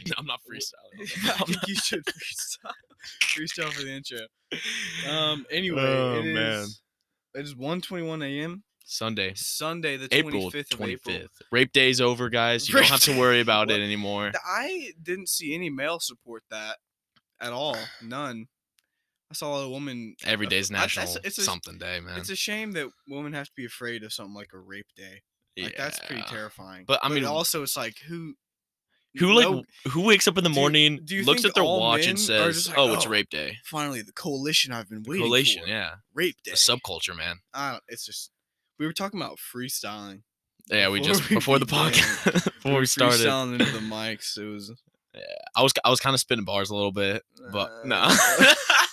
I'm not freestyling. I think you should freestyle, freestyle for the intro. Um. Anyway, Oh, it is. man. It is 1:21 a.m. Sunday, Sunday, the April 25th of 25th. April. Rape day's over, guys. You Rape don't have to day- worry about What? it anymore. Th- I didn't see any male support that at all. None. I saw a woman. Every a- day's I- that's- national it's a- something day, man. It's a shame that women have to be afraid of something like a rape day. Like that's pretty Yeah. terrifying. But, I mean- also it's like who, Who like no- who wakes up in the Do you- morning, do you looks think at their all watch and men are says, just like, "Oh, it's "Oh, rape day." finally the coalition I've been waiting Collation, for. yeah, Rape a day. subculture, man. I don't, it's just we were talking about freestyling. Yeah, we Before just we before the began, podcast, before we started, freestyling into the mics. It was I was I was kind of spinning bars a little bit, but Uh, no,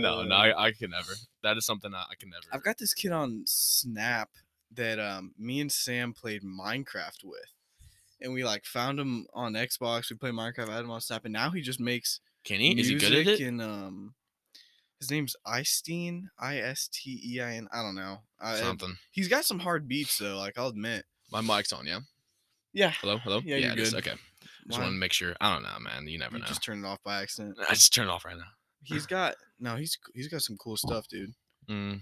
no, no, Uh, I, I can never. That is something I, I can never. I've got this kid on Snap that um me and Sam played Minecraft with. And we like found him on Xbox. We played Minecraft, I had him on Snap, and now he just makes can he? Is he good at music it? And um, his name's Istein, I S T E I N. I don't know. I, Something. he's got some hard beats though. Like I'll admit. My mic's on, yeah. Yeah. Hello, hello. Yeah, you're it is. good. Okay, just mine- want to make sure. I don't know, man. You never you know. just turned it off by accident. I just turned it off right now. He's got no. He's he's got some cool stuff, dude. Mm,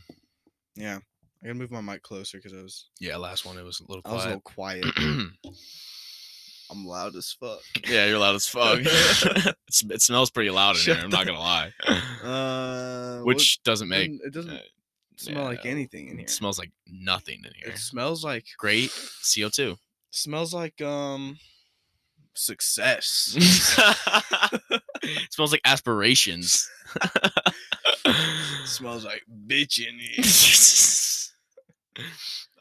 Yeah. I gotta move my mic closer because I was yeah, last one it was a little I was a quiet. little quiet. I'm loud as fuck. yeah, you're loud as fuck. it's, it smells pretty loud in Shut here. I'm not the- gonna lie. Uh, what- Which doesn't make doesn't- it doesn't uh, smell like yeah, anything in here. It smells like nothing in here. it smells like Great CO2. Smells like um success. it smells like aspirations. smells like bitch in here.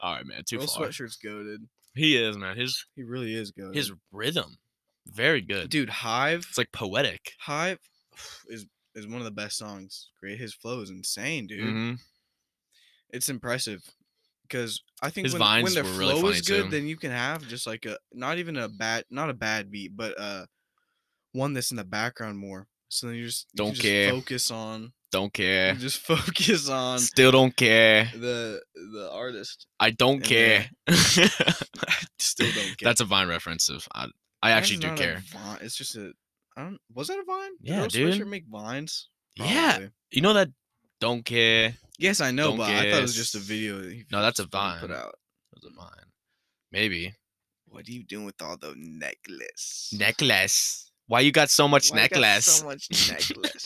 All right, man. Too Earl far. Sweatshirt's goaded. He is, man. His He really is goaded. his rhythm, very good. dude, Hive, It's like poetic. Hive is is one of the best songs. Great, his flow is insane, dude. Mhm. It's impressive because I think His when, when vines their were flow really funny, is good, too. then you can have just like a not even a bad not a bad beat, but uh one that's in the background more. So then you just you can Don't just care. Eh. focus on Don't you care. just focus on Still don't care. the the artist. I don't And care. then- Still don't care. That's a Vine reference. Of I, I That actually is do not a care. vi- It's just a. I don't. Was that a vine? Did Yeah, Earl dude. Sweatshirt make vines? Yeah. Probably. You know that don't care. Yes, I know, Don't but I thought it was just a guess. video. That he No, that's a fucking Put vine. out. Was it Vine? Maybe What are you doing with all the necklace? necklace. Why you got so much Why you got necklace? So much necklace.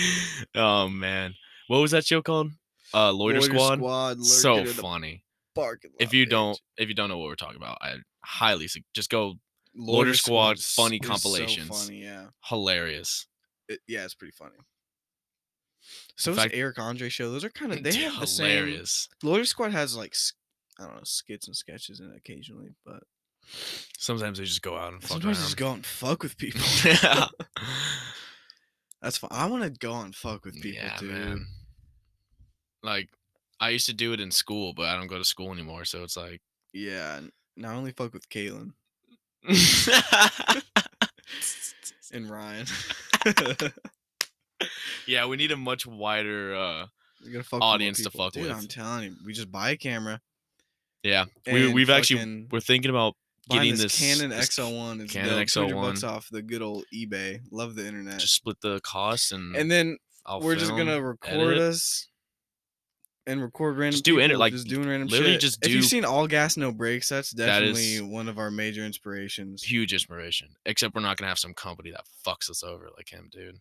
oh man, what was that show called? Uh, Loiter, Squad. lurking So in the funny. parking If lot, you bitch. don't, if you don't know what we're talking about, I highly sug- just go. Loiter Loiter Squad Squad's funny is so compilations. funny, yeah. Hilarious. It- yeah, it's pretty funny. So In is the fact- Eric Andre show. Those are kind of they It's have the same. hilarious. Loiter Squad has like s- I don't know skits and sketches in it occasionally, but Sometimes they just go out and fuck sometimes just around. go out and fuck with people. That's fine. I want to go out and fuck with people, yeah, dude. man. Like, I used to do it in school, but I don't go to school anymore, so it's like. Yeah, n- now I only fuck with Caitlin and Ryan. You're yeah, we need a much wider. uh gonna fuck with more Audience to people. fuck dude, with. I'm telling you, we just buy a camera. Yeah, we, and we've actually fucking we're thinking about buying getting this, this Canon this XL1. It's Canon dope. 200 bucks XL1. off the good old eBay. Love the internet. just split the costs and and then I'll we're just gonna film, record edit. us and record random. do inter- people like, just doing random literally shit. just If you've do- seen All Gas No Breaks, that's That is- definitely one of our major inspirations. huge inspiration. Except we're not gonna have some company that fucks us over like him, dude.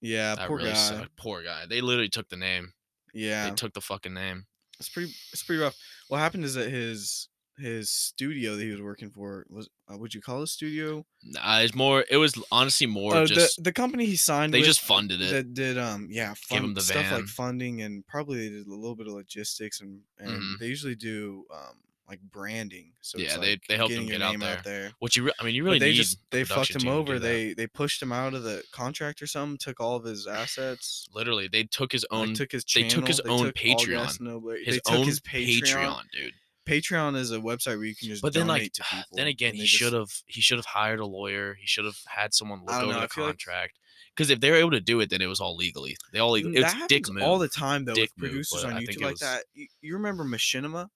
Yeah, That poor really guy. sucked. Poor guy. They literally took the name. Yeah, They took the fucking name. it's pretty it's pretty rough. What happened is that his his studio that he was working for was uh, would you call it studio? Nah, it's more. It was honestly more Uh, just the the company he signed. they with just funded it. that did um yeah Gave him fund- the stuff like van. funding and probably they did a little bit of logistics and and Mhm. they usually do um like branding. So it's Yeah, they- like they helped getting him your get out name out there. what you? Re- I mean, you But really they need just a they fucked production him team to do over. that. They they pushed him out of the contract or something. Took all of his assets. literally they took his like, own took his they channel, took his own All Gas Patreon. No Break- his they took own his Patreon. Patreon. dude. Patreon is a website where you can just But then like ah, donate to people. then again, and he they just- should have he should have hired a lawyer. He should have had someone look I don't over know, Oh, I the feel like- contract. Because if they were able to do it, then it was all legally. They all legal. N- It's that dick happens move. all the time though Dick with move, producers but on I think YouTube it like was- that. You, you remember Machinima?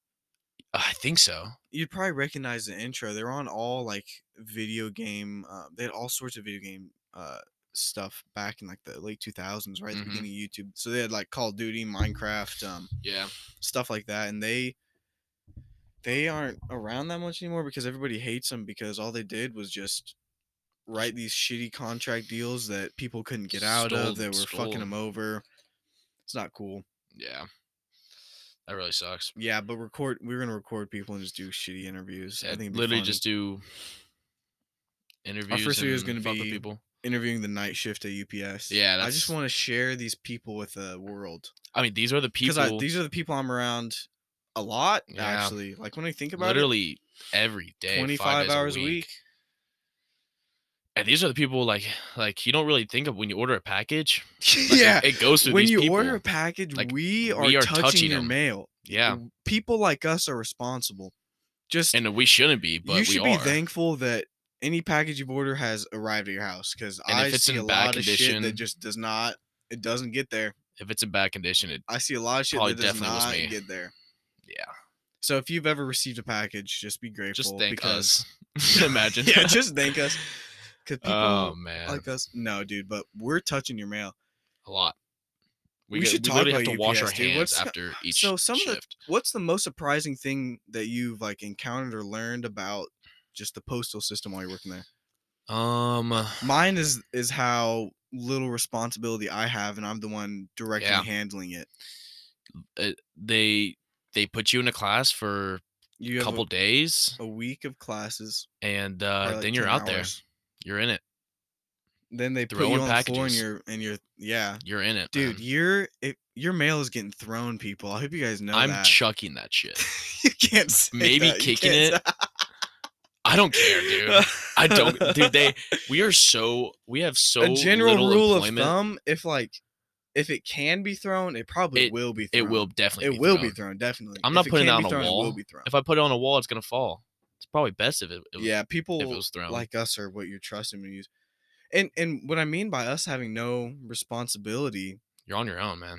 Uh, I think so. You'd probably recognize the intro. They're on all like video game. Uh, they had all sorts of video game uh, stuff back in like the late 2000s, right? at Mhm. The beginning of YouTube. So they had like Call of Duty, Minecraft, um, Yeah. stuff like that, and they they aren't around that much anymore because everybody hates them because all they did was just write these shitty contract deals that people couldn't get out Stole- of that were stole. fucking them over. It's not cool. Yeah. That really sucks. Yeah, but record. We were gonna record people and just do shitty interviews. I Yeah, think it'd be literally fun. just do interviews. first video is and gonna fuck with be- people. interviewing the night shift at UPS. Yeah, I just that's- want to share these people with the world I mean, these are the because people. these are the people I'm around a lot. Yeah. Actually, like when I think about it, literally every day, five 25 days hours a a week. week. And these are the people like like you don't really think of when you order a package. Like, it- yeah. it, goes through When these you people. order a package, Like, we are, we are touching, touching your 'em. mail. yeah, W- People like us are responsible. Just and we shouldn't be, but you we should are. be thankful that any package you've ordered has arrived at your house because And if I it's see in a bad lot of shit that condition- just does not. It doesn't get there. if it's in bad condition, it I see a lot of shit Probably that does definitely was not me. get there. yeah, So if you've ever received a package, just be grateful. just thank because, us. Imagine. yeah, just thank us. Because people oh man, like us. No, dude, but we're touching your mail. a lot. We, We get- should we talk literally about have to wash our UPS, dude. hands What's- after each so some of the- shift. What's the most surprising thing that you've like encountered or learned about just the postal system while you're working there? um, Mine is is how little responsibility I have, and I'm the one directly Yeah. handling it. uh, they they put you in a class for You a have couple days, a, a week of classes, and uh, or, like, then you're 10 out there. hours. You're in it. Then they put you Throwing on the floor, and packages. you're and you're yeah, You're in it, dude, man. you're it, your mail is getting thrown, people. I hope you guys know I'm that. chucking that shit. you can't say Maybe that, you kicking can't it. I don't care, dude. say- I don't, dude. They, we are so, we have so a general little rule employment. of thumb if like if it can be thrown it probably It- will be it thrown. will definitely. it will thrown. be thrown definitely I'm not If it putting can that be on a thrown, it will wall. be thrown. If I put it on a wall, it's gonna fall. It's probably best if it, it yeah people if it was thrown. like us are what you're trusting to use and and what i mean by us having no responsibility You're on your own, man.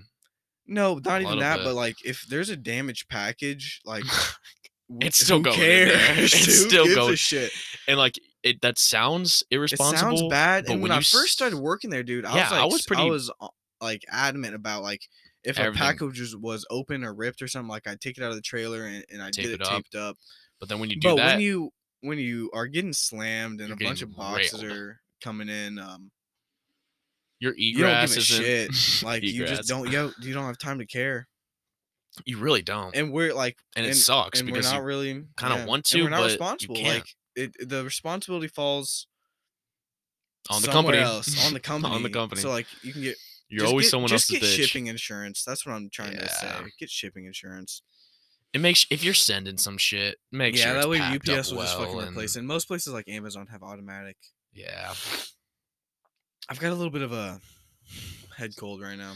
no not even little that bit. but like if there's a damaged package like w- It's still who going in cares? there. It's Who still gives a going- shit And like it, that sounds it irresponsible. sounds bad but and when when i you first started s- working there dude i Yeah, was like I was s- i pretty- was uh, like adamant about like if Everything. a package was- was open or ripped or something like i'd take it out of the trailer and, and i'd Tape get it it up. taped up But then when you do but that, when you when you are getting slammed and You're a bunch getting of boxes railed. are coming in um your you don't egress give a isn't shit like you egress. just don't yo you don't have time to care You really don't, and, and we're like it sucks and we're because not you, really kinda yeah, want and to, we're not but you responsible can't. like it, it- the responsibility falls on the somewhere company, else, on the company on the company. so like you can get you're Just always get- someone just else's get bitch. shipping insurance. That's what I'm trying to say. Yeah. Get shipping insurance. It makes if you're sending some shit, make yeah, sure it's that way packed UPS up will just fucking well replace it. and- And most places like Amazon have automatic. Yeah, I've got a little bit of a head cold right now.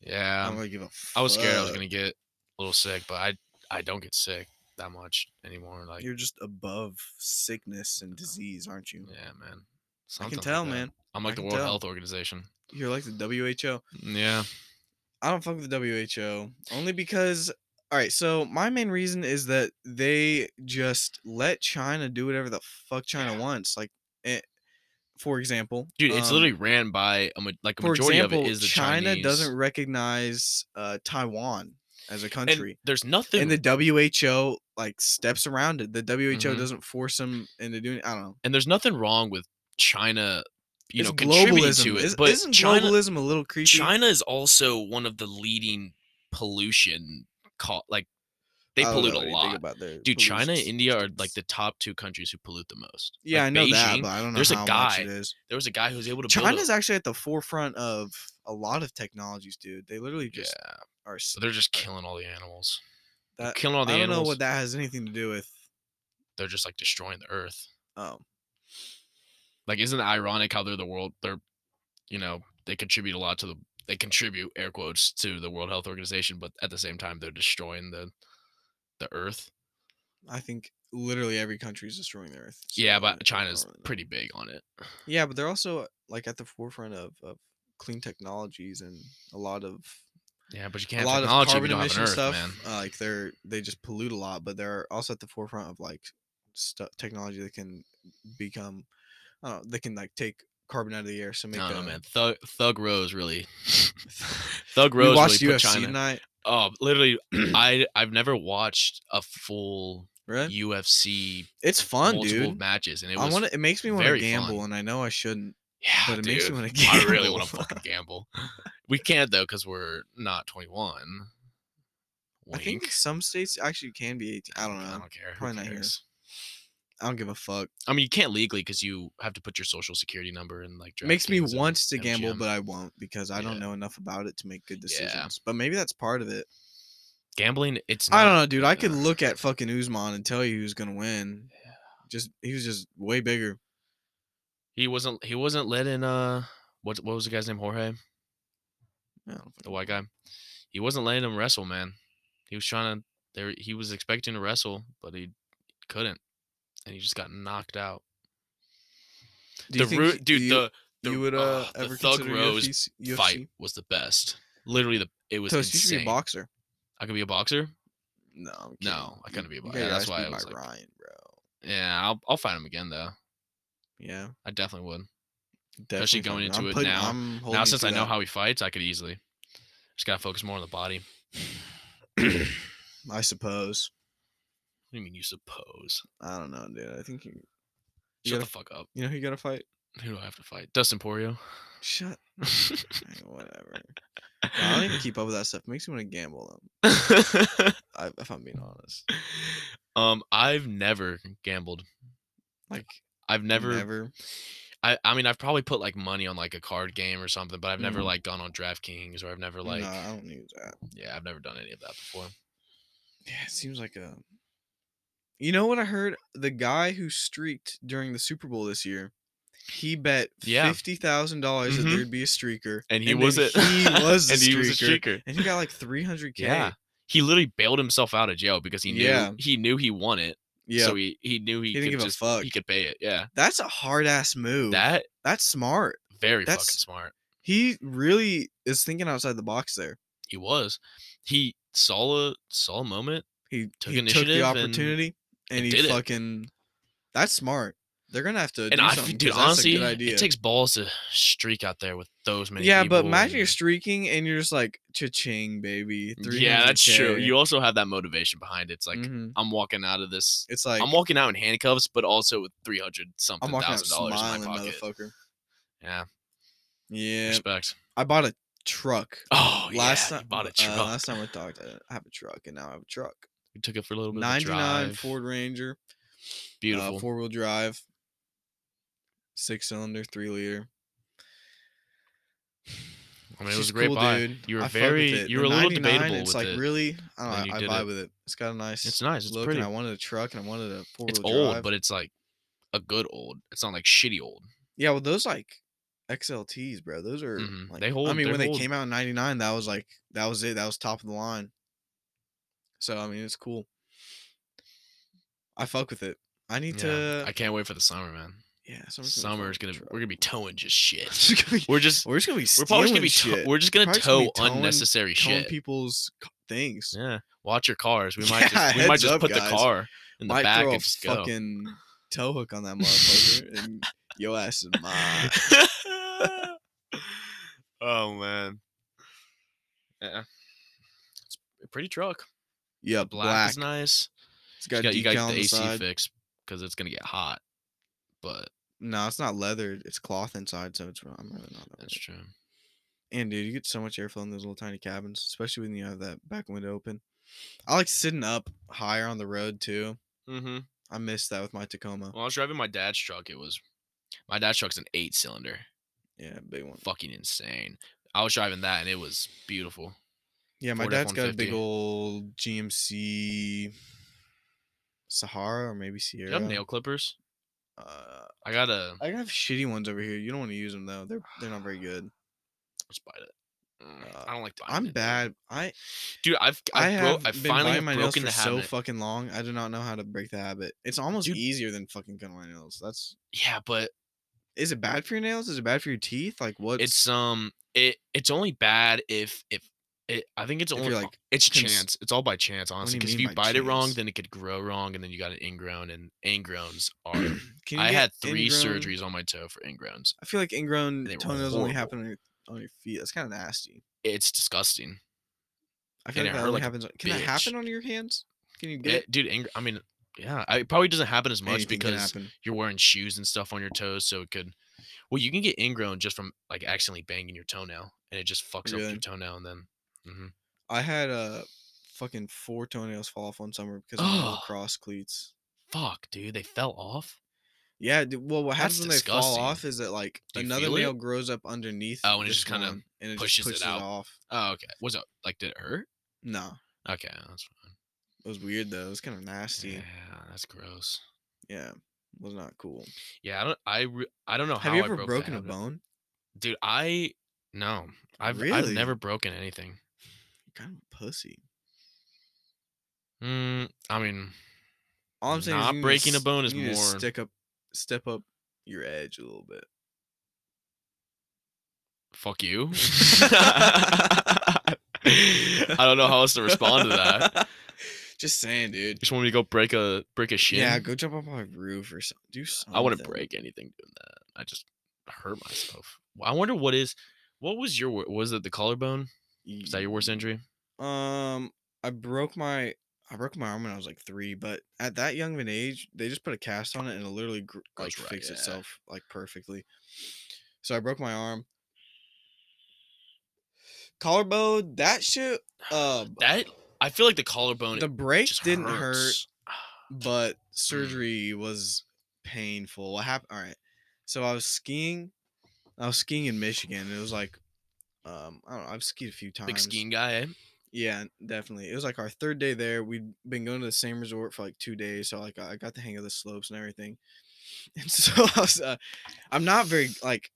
yeah. I'm gonna give a. Um, I was scared I was fuck. gonna get a little sick, but I I don't get sick that much anymore. Like You're just above sickness and disease, aren't you? yeah, man. I Something can like tell, that. man. I'm I like the can World tell. Health Organization. You're like the WHO. Yeah, I don't fuck with the WHO only because. All right, so my main reason is that they just let China do whatever the fuck China Yeah. wants. Like, it, for example, dude, it's um, literally ran by a ma- like a for majority example, of it is the China Chinese. doesn't recognize uh, Taiwan as a And country, there's and, nothing, and, the WHO like steps around it. The WHO Mhm. doesn't force them into doing. I don't know. there's nothing wrong with China, you It's know, contributing globalism. to it. Is- but isn't China, globalism a little creepy? China is also one of the leading pollution, co- like they I don't pollute a know what you think lot. about their Dude, China and pollution India are like statistics. the top two countries who pollute the most. yeah, Like, I know that, Beijing, but I don't know there's a how much it guy is. there was a guy who was able to. build a- China's actually at the forefront of a lot of technologies, dude. They literally just yeah, are. s- so they're just killing all the animals. They're That, killing all the I don't animals. know what that has anything to do with. They're just like destroying the earth. Oh, Like, isn't it ironic how they're the world? They're, you know, they contribute a lot to the. They contribute air quotes to the World Health Organization, but at the same time, they're destroying the, the earth. I think literally every country is destroying the earth. so Yeah, I don't- I but don't China's really know. pretty big on it. Yeah, but they're also like at the forefront of, of clean technologies and a lot of Yeah, but you a can't lot have of technology if carbon you don't have an emission earth, stuff. man. uh, like they're they just pollute a lot, but they're also at the forefront of like stu technology that can become, uh, that can like take carbon out of the air. So make No, no, uh, man. Thug, Thug Rose really. Thug Rose we watched really put UFC China. tonight, Oh, literally, I I've never watched a full right? UFC It's fun, multiple Eh? dude. matches, and it I was want to. It makes me want to very gamble, fun. and I know I shouldn't, yeah, but it dude. makes me want to I gamble. really want to fucking gamble. We can't though because we're not 21. I Wink. think some states actually can be 18. I don't I know. don't care. Who Probably not here. cares? I don't give a fuck. I mean, you can't legally because you have to put your social security number and like. makes me DraftKings and want to gamble, MGM. but I won't because I don't Yeah. know enough about it to make good Yeah. decisions. But maybe that's part of it. gambling, it's. I don't not- know, dude. I could uh, look at fucking Usman and tell you who's gonna win. Just he was just way bigger. He wasn't. He wasn't letting. Uh, what what was the guy's name? Jorge, I don't the fucking- white guy. He wasn't letting him wrestle, man. He was trying to. There, he was expecting to wrestle, but he couldn't, and he just got knocked out. Do you the think root, he- dude. you- the the, you would uh, uh, the ever Thug consider Rose UFC's UFC? fight was the best. Literally, the it was Toast, you should insane. be a boxer. I could be a boxer. No, I'm No, kidding. I You- couldn't be a you bo- got yeah, your that's ass why beat I by was like- Ryan, bro. Yeah, I'll I'll fight him again though. Yeah, I definitely would. definitely going fucking- into I'm it putting- now- I'm now holding since to I know that. how he fights, I could easily just gotta focus more on the body. I suppose. What do you mean you suppose? I don't know, dude. I think you. You, Shut gotta, the fuck up. you know who you gotta fight? Who do I have to fight? Dustin Porio. Shut. Hey, Whatever. I don't even keep up with that stuff. makes me want to gamble though. I, if I'm being honest, um, I've never gambled. like I've never, never. I, I mean, I've probably put like money on like a card game or something, but I've never Mhm. like gone on DraftKings or I've never like, no, I don't use that. yeah, I've never done any of that before. Yeah, it seems like a. You know what I heard? The guy who streaked during the Super Bowl this year, he bet Yeah. fifty thousand dollars that Mhm. there'd be a streaker, And he then was it. He was the and streaker, he was a streaker. and he got like three hundred k. Yeah. He literally bailed himself out of jail because he knew Yeah. he knew he won it. yeah. So he, he knew he, didn't could give a just fuck. he could pay it. Yeah. that's a hard ass move. That that's smart. very fucking That's- smart. He really is thinking outside the box there. He was. He saw a saw a moment. He Took he took initiative the and- opportunity and, and he did it. fucking. That's smart. They're gonna have to. And do I, something, dude, 'cause that's a honestly, good idea. it takes balls to streak out there with those many. Yeah, but people imagine you're and- streaking and you're just like cha-ching, baby. Yeah, that's true. 300K." You also have that motivation behind it. It's like Mhm. I'm walking out of this. it's like I'm walking out in handcuffs, but also with three hundred something I'm walking out thousand dollars in smiling, my pocket. motherfucker. Yeah, Yeah, respect. I bought a truck Oh, last yeah, time. you bought a uh, truck. last time we talked, uh, I didn't have a truck, and now I have a truck. we took it for a little bit. of a 99 drive. Ford Ranger, Beautiful. uh, four-wheel drive, six-cylinder, three-liter. I mean, it was a great buy. Dude. You were I fuck with very- it. you The were a little 99, debatable It's with like it, really, I then don't know, you I did vibe it. with it. It's got a nice. It's nice. It's look, pretty. and I wanted a truck, and I wanted a four-wheel It's drive. old, but it's like a good old. It's not like shitty old. Yeah, well, those like XLTs, bro. Those are Mhm. like, They hold- I mean, they when hold. they came out in '99, that was like that was it. That was top of the line. So I mean, it's cool. I fuck with it. I need Yeah, to. I can't wait for the summer, man. yeah, summer's gonna Summer's fucking gonna truck. we're gonna be towing just It's shit. gonna be- We're just we're just gonna be. we're probably just gonna be stealing to- shit. we're just gonna Probably just gonna tow be towing- unnecessary Telling shit. people's c- things. Yeah, watch your cars. We might Yeah, just we might heads just up, put guys. the car in the Might back throw a and just go. fucking tow hook on that motherfucker, and your ass is mine. oh man, yeah, it's a pretty truck. Yeah, The black, black. is nice. It's You got, got, you decal got on the the AC side. fix because it's gonna get hot, but No, it's not leather. It's cloth inside, so it's. I'm really not. That that's worried. true. And dude, you get so much airflow in those little tiny cabins, especially when you have that back window open. I like sitting up higher on the road too. Mm-hmm. I miss that with my Tacoma. When I was driving my dad's truck, it was my dad's truck's an eight cylinder. Yeah, big one. Fucking insane. I was driving that and it was beautiful. Yeah, my Ford dad's got a big F-150. old GMC Sahara or maybe Do Sierra. you have nail clippers? uh, I got a I have shitty ones over here. You don't want to use them though. They're they're not very good. just bite it. Mm, Uh, I don't like biting I'm it, dude. bad. I dude. I've I I've, bro- have I've been finally biting have my nails broken for the so habit. fucking long. I do not know how to break the habit. It's almost Dude. easier than fucking cutting my nails. That's yeah, but is it bad for your nails? Is it bad for your teeth? Like what? it's um it it's only bad if if It, I think it's If only you're like it's cons- chance. It's all by chance, honestly. you Because if mean you by bite it wrong, chance? then it could grow wrong, and then you got an ingrown, and ingrowns are. Can you I get had three ingrown- surgeries on my toe for ingrowns. I feel like ingrown They were toenails only horrible. happen on your, on your feet. That's kind of nasty. It's disgusting, I feel And it like that hurt only like a happens. on- Can it bitch. happen on your hands? Can you get It- dude. Ing- I mean, yeah, I, it probably doesn't happen as much Anything can because happen. you're wearing shoes and stuff on your toes, so it could. Well, you can get ingrown just from like accidentally banging your toenail, and it just fucks up Really? your toenail, and then. hmm I had uh, fucking four toenails fall off one summer because of my Ugh. lacrosse cleats. Fuck, dude, they fell off. Yeah, d- well, what happens That's when they fall off is that like Do you another feel it? nail grows up underneath. Oh, and it this just kinda one, and it pushes it pushes out. off. Oh, okay. Was it like did it hurt? No, Okay, that's fine. it was weird though. It was kind of Yeah, nasty. that's gross. Yeah, was not cool. Yeah, I don't. I re- I don't know Have how you I ever broke the broken a habit. bone? dude. I no. I've I've Really? never broken anything. You're kind of a pussy. Mm, I mean, All I'm saying is Not you need to breaking a s- bone is you need to more- stick up, step up your edge a little bit. fuck you. I don't know how else to respond to that. Just saying, dude. Just want me to go break a break a shin. Yeah, go jump up on a roof or something. Do something. I wouldn't break anything doing that. I just hurt myself. I wonder what is. What was your wor- was it the collarbone? Is that your worst injury? Um, I broke my I broke my arm when I was like three, but at that young of an age, they just put a cast on it and it literally gr- like Goes right- fixed yeah. itself like perfectly. So I broke my arm. Collarbone, that shit. Uh, That I feel like the collarbone the break just didn't hurt, hurts. Mm. but surgery was painful. What happened? All right. So I was skiing. I was skiing in Michigan. And it was like, um, I don't know. I've skied a few times. Big skiing guy. Eh? Yeah, definitely. It was like our third day there. We'd been going to the same resort for like two days, so like I got the hang of the slopes and everything. And so I was, uh, I'm not very like,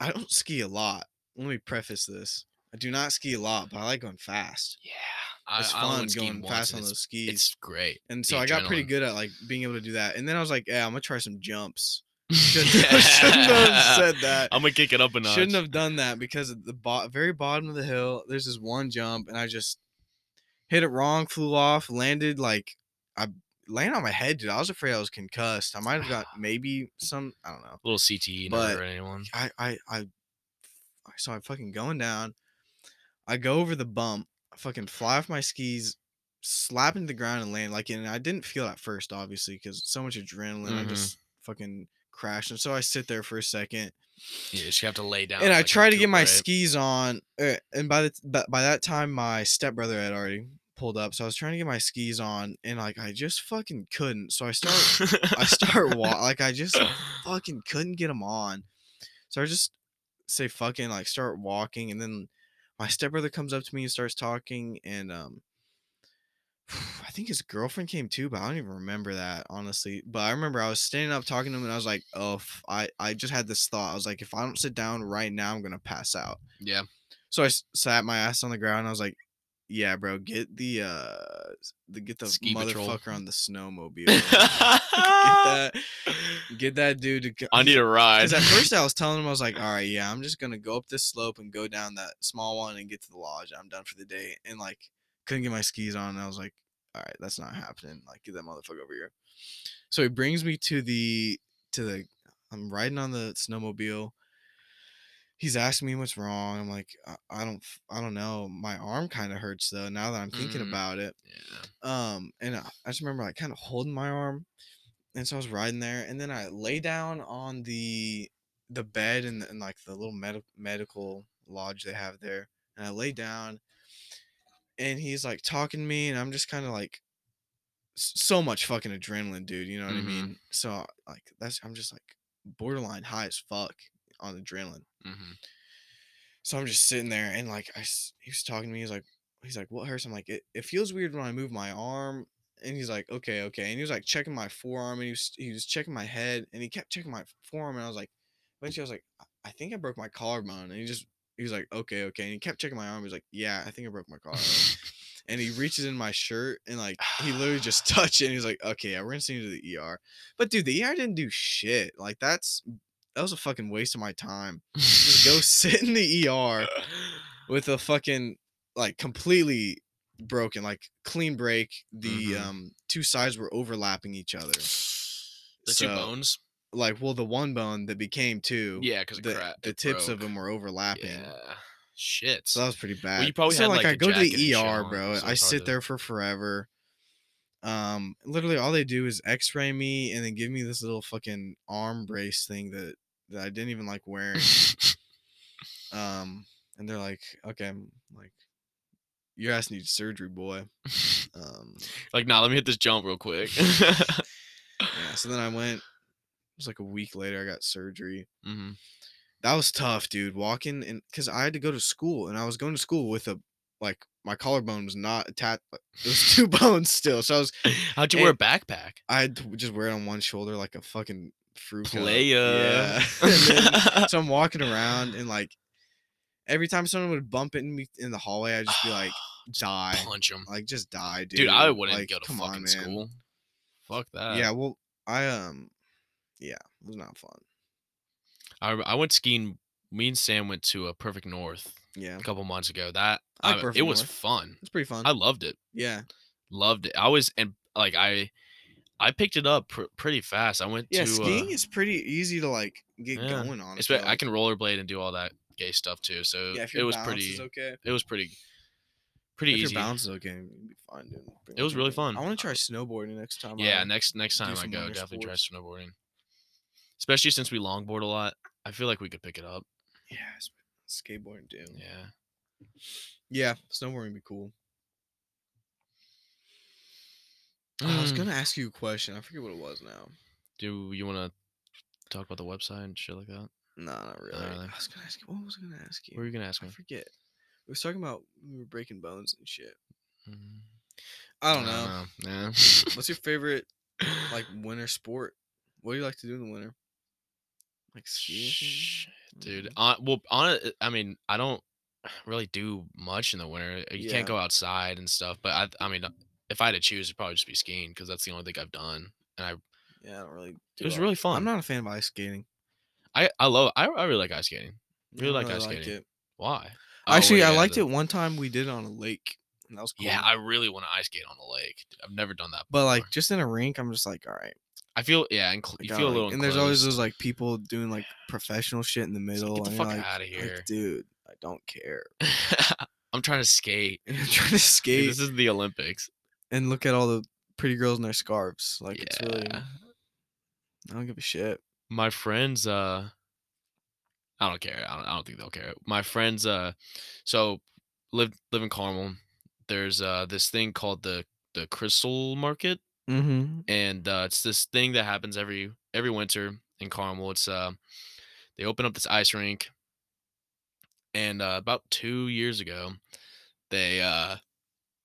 I don't ski a lot. Let me preface this: I do not ski a lot, but I like going fast. Yeah, I, It's I only fun went skiing going once fast and on it's- those skis. It's great. and the so I got pretty adrenaline. good at like being able to do that. And then I was like, yeah, I'm gonna try some jumps. Shouldn't, Shouldn't have- shouldn't have said that. I'm gonna kick it up a notch. Shouldn't have done that because at the bo- very bottom of the hill, there's this one jump, and I just hit it wrong, flew off, landed like I landed on my head, dude. I was afraid I was concussed. I might have got maybe some, I don't know. little CTE But- never hurt anyone. I, I, I, so I'm fucking going down. I go over the bump, I fucking fly off my skis, slap into the ground and land. Like, and I didn't feel it at first, obviously, because so much adrenaline. I Mhm. just fucking crashed. And so I sit there for a second. You just have to lay down. and I like, tried to get my recuperate. skis on, uh, and by the t- bu- by that time my stepbrother had already pulled up, so I was trying to get my skis on, and like I just fucking couldn't. So I start, I start wa- like I just fucking couldn't get them on. So I just say fucking like start walking, and then my stepbrother comes up to me and starts talking, and um, I think his girlfriend came too, but I don't even remember that honestly. But I remember I was standing up talking to him, and I was like, oh, f- I I just had this thought. I was like, if I don't sit down right now, I'm gonna pass out. yeah, So I s- sat my ass on the ground. And I was like, "Yeah, bro, get the uh, s- the get the Ski motherfucker patrol. on the snowmobile. get that, get that dude to go." I need a ride. Because at first I was telling him I was like, "All right, yeah, I'm just gonna go up this slope and go down that small one and get to the lodge. I'm done for the day." And like, couldn't get my skis on. And I was like, "All right, that's not happening. Like, get that motherfucker over here." So he brings me to the to the. I'm riding on the snowmobile. He's asking me what's wrong. I'm like, I, I don't, f- I don't know. My arm kind of hurts though. Now that I'm thinking Mm. about it, yeah. um and i I just remember like kind of holding my arm and so i was riding there and then i lay down on the the bed and, and like the little med- medical lodge they have there and i lay down and he's like talking to me and i'm just kind of like s- so much fucking adrenaline dude you know what Mhm. i mean so like that's i'm just like borderline high as fuck on adrenaline mhm. so I'm just sitting there and like I s- he was talking to me. He's like he's like what hurts? I'm like it, it feels weird when I move my arm. And he's like okay okay. And he was like checking my forearm and he was he was checking my head and he kept checking my forearm and I was like eventually I was like "I- I think I broke my collarbone and he just he was like okay okay and he kept checking my arm. He was like yeah I think I broke my collarbone. and he reaches in my shirt and like he literally just touched it and he's like okay yeah, we're gonna send you to the ER. But dude the ER didn't do shit. Like that's that was a E fucking waste of my time. Just go sit in the ER with a fucking like completely broken, like clean break. The Mhm. um two sides were overlapping each other. The two So, bones. Like, well, the one bone that became two. Yeah, because The, cra- the it tips broke. of them were overlapping. Yeah. Shit. So that was pretty bad. you probably so had, like, like, I a go to jacket and shit the ER, on, bro. so I it's hard sit to- there for forever. Um, literally all they do is X-ray me and then give me this little fucking arm brace thing that that I didn't even like wearing. um, and they're like, okay, I'm like, your ass needs surgery, boy. Um, like, nah, let me hit this jump real quick. Mm-hmm. yeah. So then I went. It was like a week later. I got surgery. Mhm. That was tough, dude. Walking and because I had to go to school and I was going to school with a like my collarbone was not attached. It was two bones still, so I was How'd you wear a And- backpack? I had to just wear it on one shoulder like a fucking fruit. Playa. Yeah. And then- so I'm walking around and like every time someone would bump into me in the hallway, I'd just be like, die. Punch him. Like just die, dude. Dude, I wouldn't Like, go to come fucking on, man. school. Fuck that. yeah, well I um yeah, it was not fun. I, I went skiing. Me and Sam went to a Perfect North Yeah. a couple months ago. That I like I- it Perfect was North. fun. It's pretty fun. I loved it. yeah. Loved it. I was and like I, I picked it up pr- pretty fast. I went Yeah, to skiing uh, is pretty easy to like get Yeah. going on. espe- I can rollerblade and do all that gay stuff too. So yeah, if your it was balance pretty. is okay. It was pretty. Pretty if easy. your balance is okay, you'll be fine, dude. Bring It was your really thing. fun. I want to try snowboarding next time. Yeah, I- next next do time I some go, winter definitely try snowboarding. Especially since we longboard a lot, I feel like we could pick it up. Yeah, s- skateboarding too. Yeah. Yeah. snowboarding would be cool. I was Mm. gonna ask you a question. I forget what it was now. Do you want to talk about the website and shit like that? No, not really. really. I was gonna ask you. What was I gonna ask What were you? you gonna ask I me? forget. We were talking about we were breaking bones and shit. Mm, I don't Uh. know. know. What's your favorite like winter sport? What do you like to do in the winter? Like ski, or something? Shh, dude. Mm-hmm. Uh, well, on it, I mean, I don't really do much in the winter. You Yeah. can't go outside and stuff. But I, I mean, uh, if I had to choose, it'd probably just be skiing because that's the only thing I've done. And I, Yeah, I don't really. it do was all- really fun. I'm not a fan of ice skating. I, I love. I, I really like ice skating. I Really don't like ice skating. it. Why? Oh, Actually, wait, I yeah, liked the- it one time. We did it on a lake, and that was cool. Yeah, I really want to ice skate on a lake. I've never done that. but like before. just in a rink, I'm just like, all right. I feel yeah, and cl- you Like, feel a I'm little. like- and there's always enclosed. those like people doing like professional shit in the It's like, get middle. the and fuck you're like, out of like, here. dude. I don't care. I'm trying to skate. And you're trying to Dude, skate this is the Olympics. and look at all the pretty girls in their scarves. Like yeah. it's really, I don't give a shit. My friends, uh, I don't care. I don't, I don't think they'll care. My friends, uh, so live live in Carmel. There's uh this thing called the the Crystal Market. Mm-hmm. and uh, it's this thing that happens every every winter in Carmel. It's uh, they open up this ice rink, and uh, about two years ago, they uh,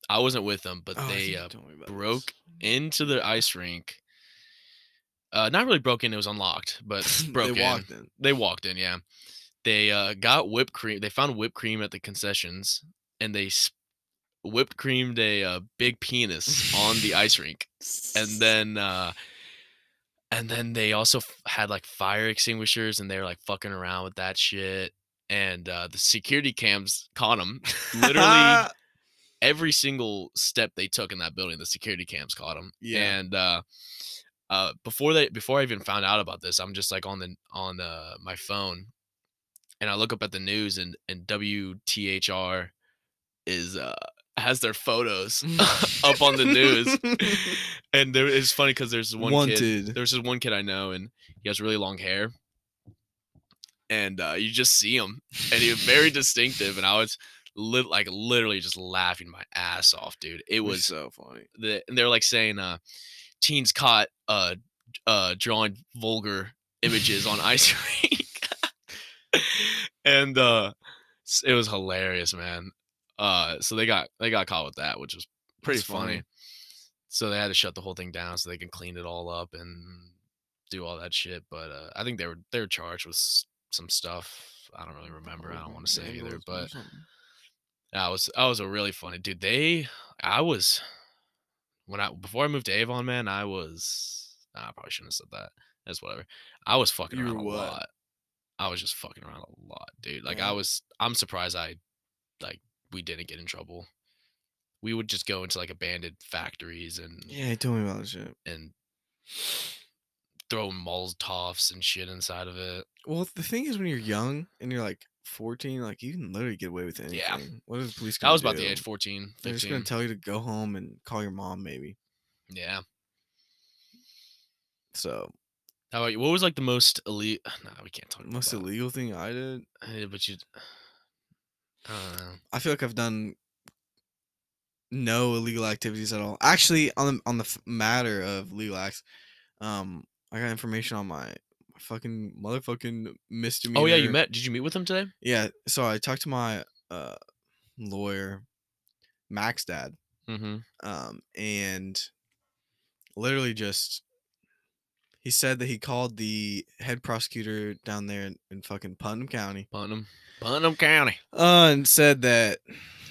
I wasn't with them, Oh, but they uh, broke into the ice rink. Uh, not really broke in; it was unlocked, but broke they in. walked in. They walked in, yeah. They uh, got whipped cream. They found whipped cream at the concessions, and they s- whipped creamed a uh, big penis on the ice rink and then uh and then they also f- had like fire extinguishers and they were like fucking around with that shit and uh the security cams caught them literally every single step they took in that building the security cams caught them Yeah. and uh uh before they before i even found out about this i'm just like on the on uh my phone and i look up at the news and and wthr is uh has their photos up on the news and there it's funny because there's this one kid. Wanted. There's this one kid I know, and he has really long hair, and uh, you just see him, and he was very distinctive. And I was lit, like literally just laughing my ass off, dude. It It was so funny. the and they're like saying, uh, teens caught uh, uh, drawing vulgar images on ice rink, and uh, s- it was hilarious, man. Uh, so they got they got caught with that, which was pretty That's funny. So they had to shut the whole thing down so they can clean it all up and do all that shit. But uh, I think they were they were charged with s- some stuff. I don't really remember. I don't want to say either. Bengals or But something. I was I was a really funny dude. They I was when I before I moved to Avon, man. I was nah, I probably shouldn't have said that. That's whatever. I was fucking You around were a what? lot. I was just fucking around a lot, dude. Like Yeah. I was. I'm surprised I like we didn't get in trouble. We would just go into like abandoned factories and Yeah, he told me about this shit. and throw Molotovs and shit inside of it. Well, the thing is, when you're young and you're like 14, like you can literally get away with anything. Yeah. What is the police? I gonna was about the do? age 14, They're just gonna 15. tell you to go home and call your mom, maybe. yeah. So How about you? What was like the most elite? Nah, we can't talk. about most that. illegal thing I did. Uh, But you, I don't know. I feel like I've done no illegal activities at all. Actually, on the on the f- matter of legal acts, um, I got information on my fucking motherfucking misdemeanor. Oh yeah, you met. Did you meet with him today? Yeah. So I talked to my uh lawyer, Max dad. Mm-hmm. um, and literally just he said that he called the head prosecutor down there in, in fucking Putnam County Putnam, Putnam County. uh, and said that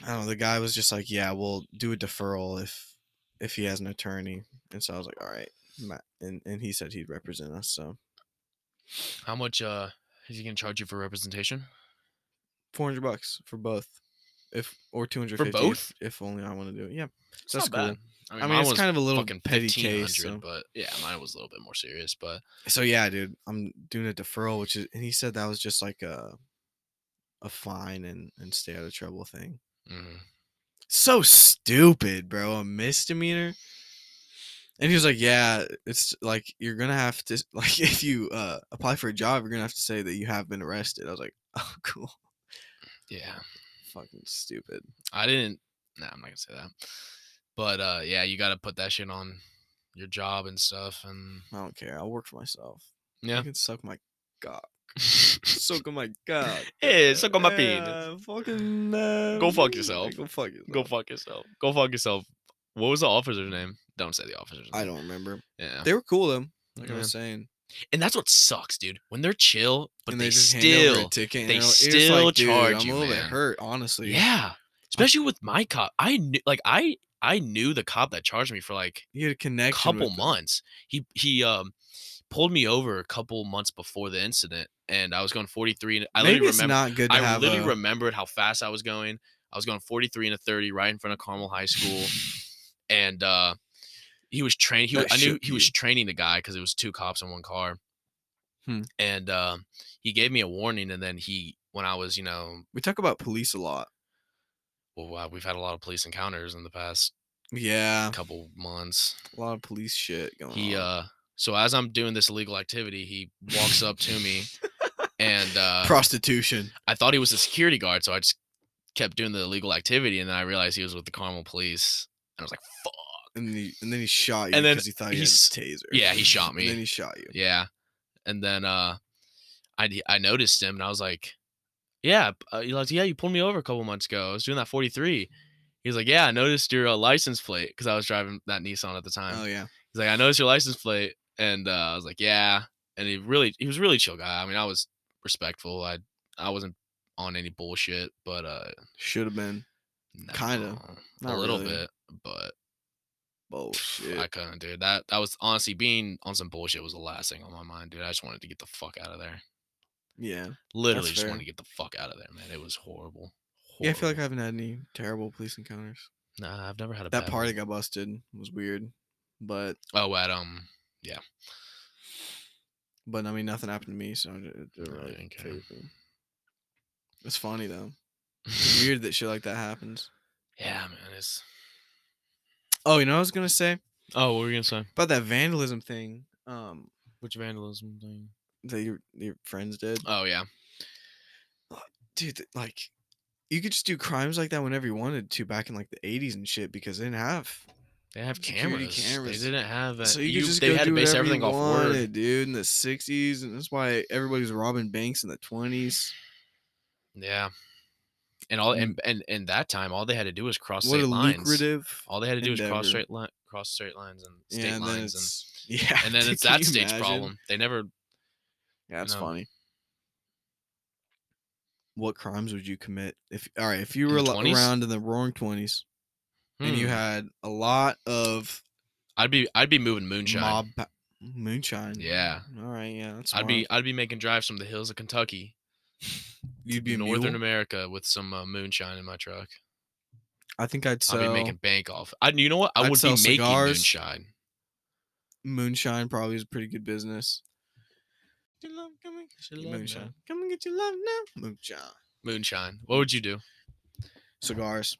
I don't know the guy was just like yeah we'll do a deferral if if he has an attorney and so I was like all right Ma- and and he said he'd represent us so How much? Uh, is he gonna charge you for representation? four hundred bucks for both if or two hundred fifty both? if, if only I want to do it yeah It's that's not bad. cool I I mean, mean, mine it's was kind of a little fucking petty case so. 1500, but yeah, mine was a little bit more serious. But So yeah, dude, I'm doing a deferral, which is, and he said that was just like a, a fine and and stay out of trouble thing. mhm. So stupid, bro. A misdemeanor. And he was like, "Yeah, it's like you're gonna have to like if you uh, apply for a job, you're gonna have to say that you have been arrested." I was like, "Oh, cool, yeah, fucking stupid." I didn't. Nah, I'm not gonna say that. But uh, yeah, you gotta put that shit on your job and stuff. And I don't care. I'll work for myself. yeah, I can suck my god. Suck on my god. Hey, suck on my penis. penis. Fucking. uh, Go fuck yeah, yourself. Go fuck yourself. go fuck yourself. Go fuck yourself. What was the officer's name? Don't say the officer's name. I don't remember. Yeah. They were cool though. Like I Yeah. was saying, And that's what sucks, dude. When they're chill, but and they, they, just hand over still a ticket. and they you're like- you're just still like, "Dude, charge I'm you, a little man." bit hurt, honestly. Yeah. Especially with my cop. I knew like I I knew the cop that charged me for like you had a a connection. couple with them. months. He he um pulled me over a couple months before the incident and I was going 43 and I Maybe literally it's remember not good to I have. literally a- remembered how fast I was going. I was going 43 and a 30 right in front of Carmel High School and uh he was training he, wa- That I knew shook he was you. training the guy cuz it was two cops in one car. Hmm. And um he gave me a warning and then he when I was, you know, we talk about police a lot. well, wow, we've had a lot of police encounters in the past Yeah, couple months. a lot of police shit going He on. uh so as I'm doing this illegal activity, he walks up to me and uh Prostitution. I thought he was a security guard, so I just kept doing the illegal activity and then I realized he was with the Carmel police. And I was like, fuck. And then, he, and then he shot you And then because he thought you had he's- his taser. yeah, he shot And me. then he shot you. Yeah. And then uh I d- I noticed him and I was like, yeah, p- uh, he like, yeah, you pulled me over a couple months ago. I was doing that 43. He's like, yeah, I noticed your uh, license plate because I was driving that Nissan at the time. Oh yeah. He's like, I noticed your license plate, and uh, I was like, yeah. And he really, he was a really chill guy. I mean, I was respectful. I, I wasn't on any bullshit, but uh, Should have been. Kinda. no, Not a little really. bit, but Bullshit. I couldn't, dude. That that was honestly being on some bullshit was the last thing on my mind, dude. I just wanted to get the fuck out of there. yeah. Literally, That's just wanted fair. to get the fuck out of there, man. It was horrible. Yeah, I feel like I Horrible. haven't had any terrible police encounters. nah, I've never had a That bad party one. got busted was weird, but Oh, at um, But I mean, nothing happened to me, so it, it didn't Oh, really okay. phase me. It's funny though. It's weird that shit like that happens. yeah, man. It's Oh, you know what I was gonna say oh, what were you gonna say? about that vandalism thing. Um, Which vandalism thing? that your your friends did, Oh yeah, dude. th- Like, you could just do crimes like that whenever you wanted to back in like the '80s and shit because they didn't have. They have Security cameras. cameras. They didn't have. A, so you, could just they go had do to base whatever everything you off wanted, word. dude. In the '60s, and that's why everybody was robbing banks in the '20s. Yeah, and all and and and that time, all they had to do was cross Mm. What state a lines. lucrative. All they had to do was endeavor. cross straight line, cross straight lines and state yeah, and then lines, it's yeah, and, and then dude, it's can that you state's imagine? problem. They never. Yeah, that's No. funny. What crimes would you commit if all right, if you In were the lo- 20s? around in the roaring 20s and you Hmm. had a lot of I'd be I'd be moving moonshine. mob pa- moonshine. Yeah. All right, yeah, that's I'd be I'd be making drives from the hills of Kentucky, you'd be a northern mule? America, with some uh, moonshine in my truck. I think I'd sell I'd be making bank off. I you know what? I I'd would be sell making cigars. moonshine. moonshine. Probably is a pretty good business. moonshine. Moonshine. Come and get your love now. Moonshine. Moonshine. What would you do? Cigars.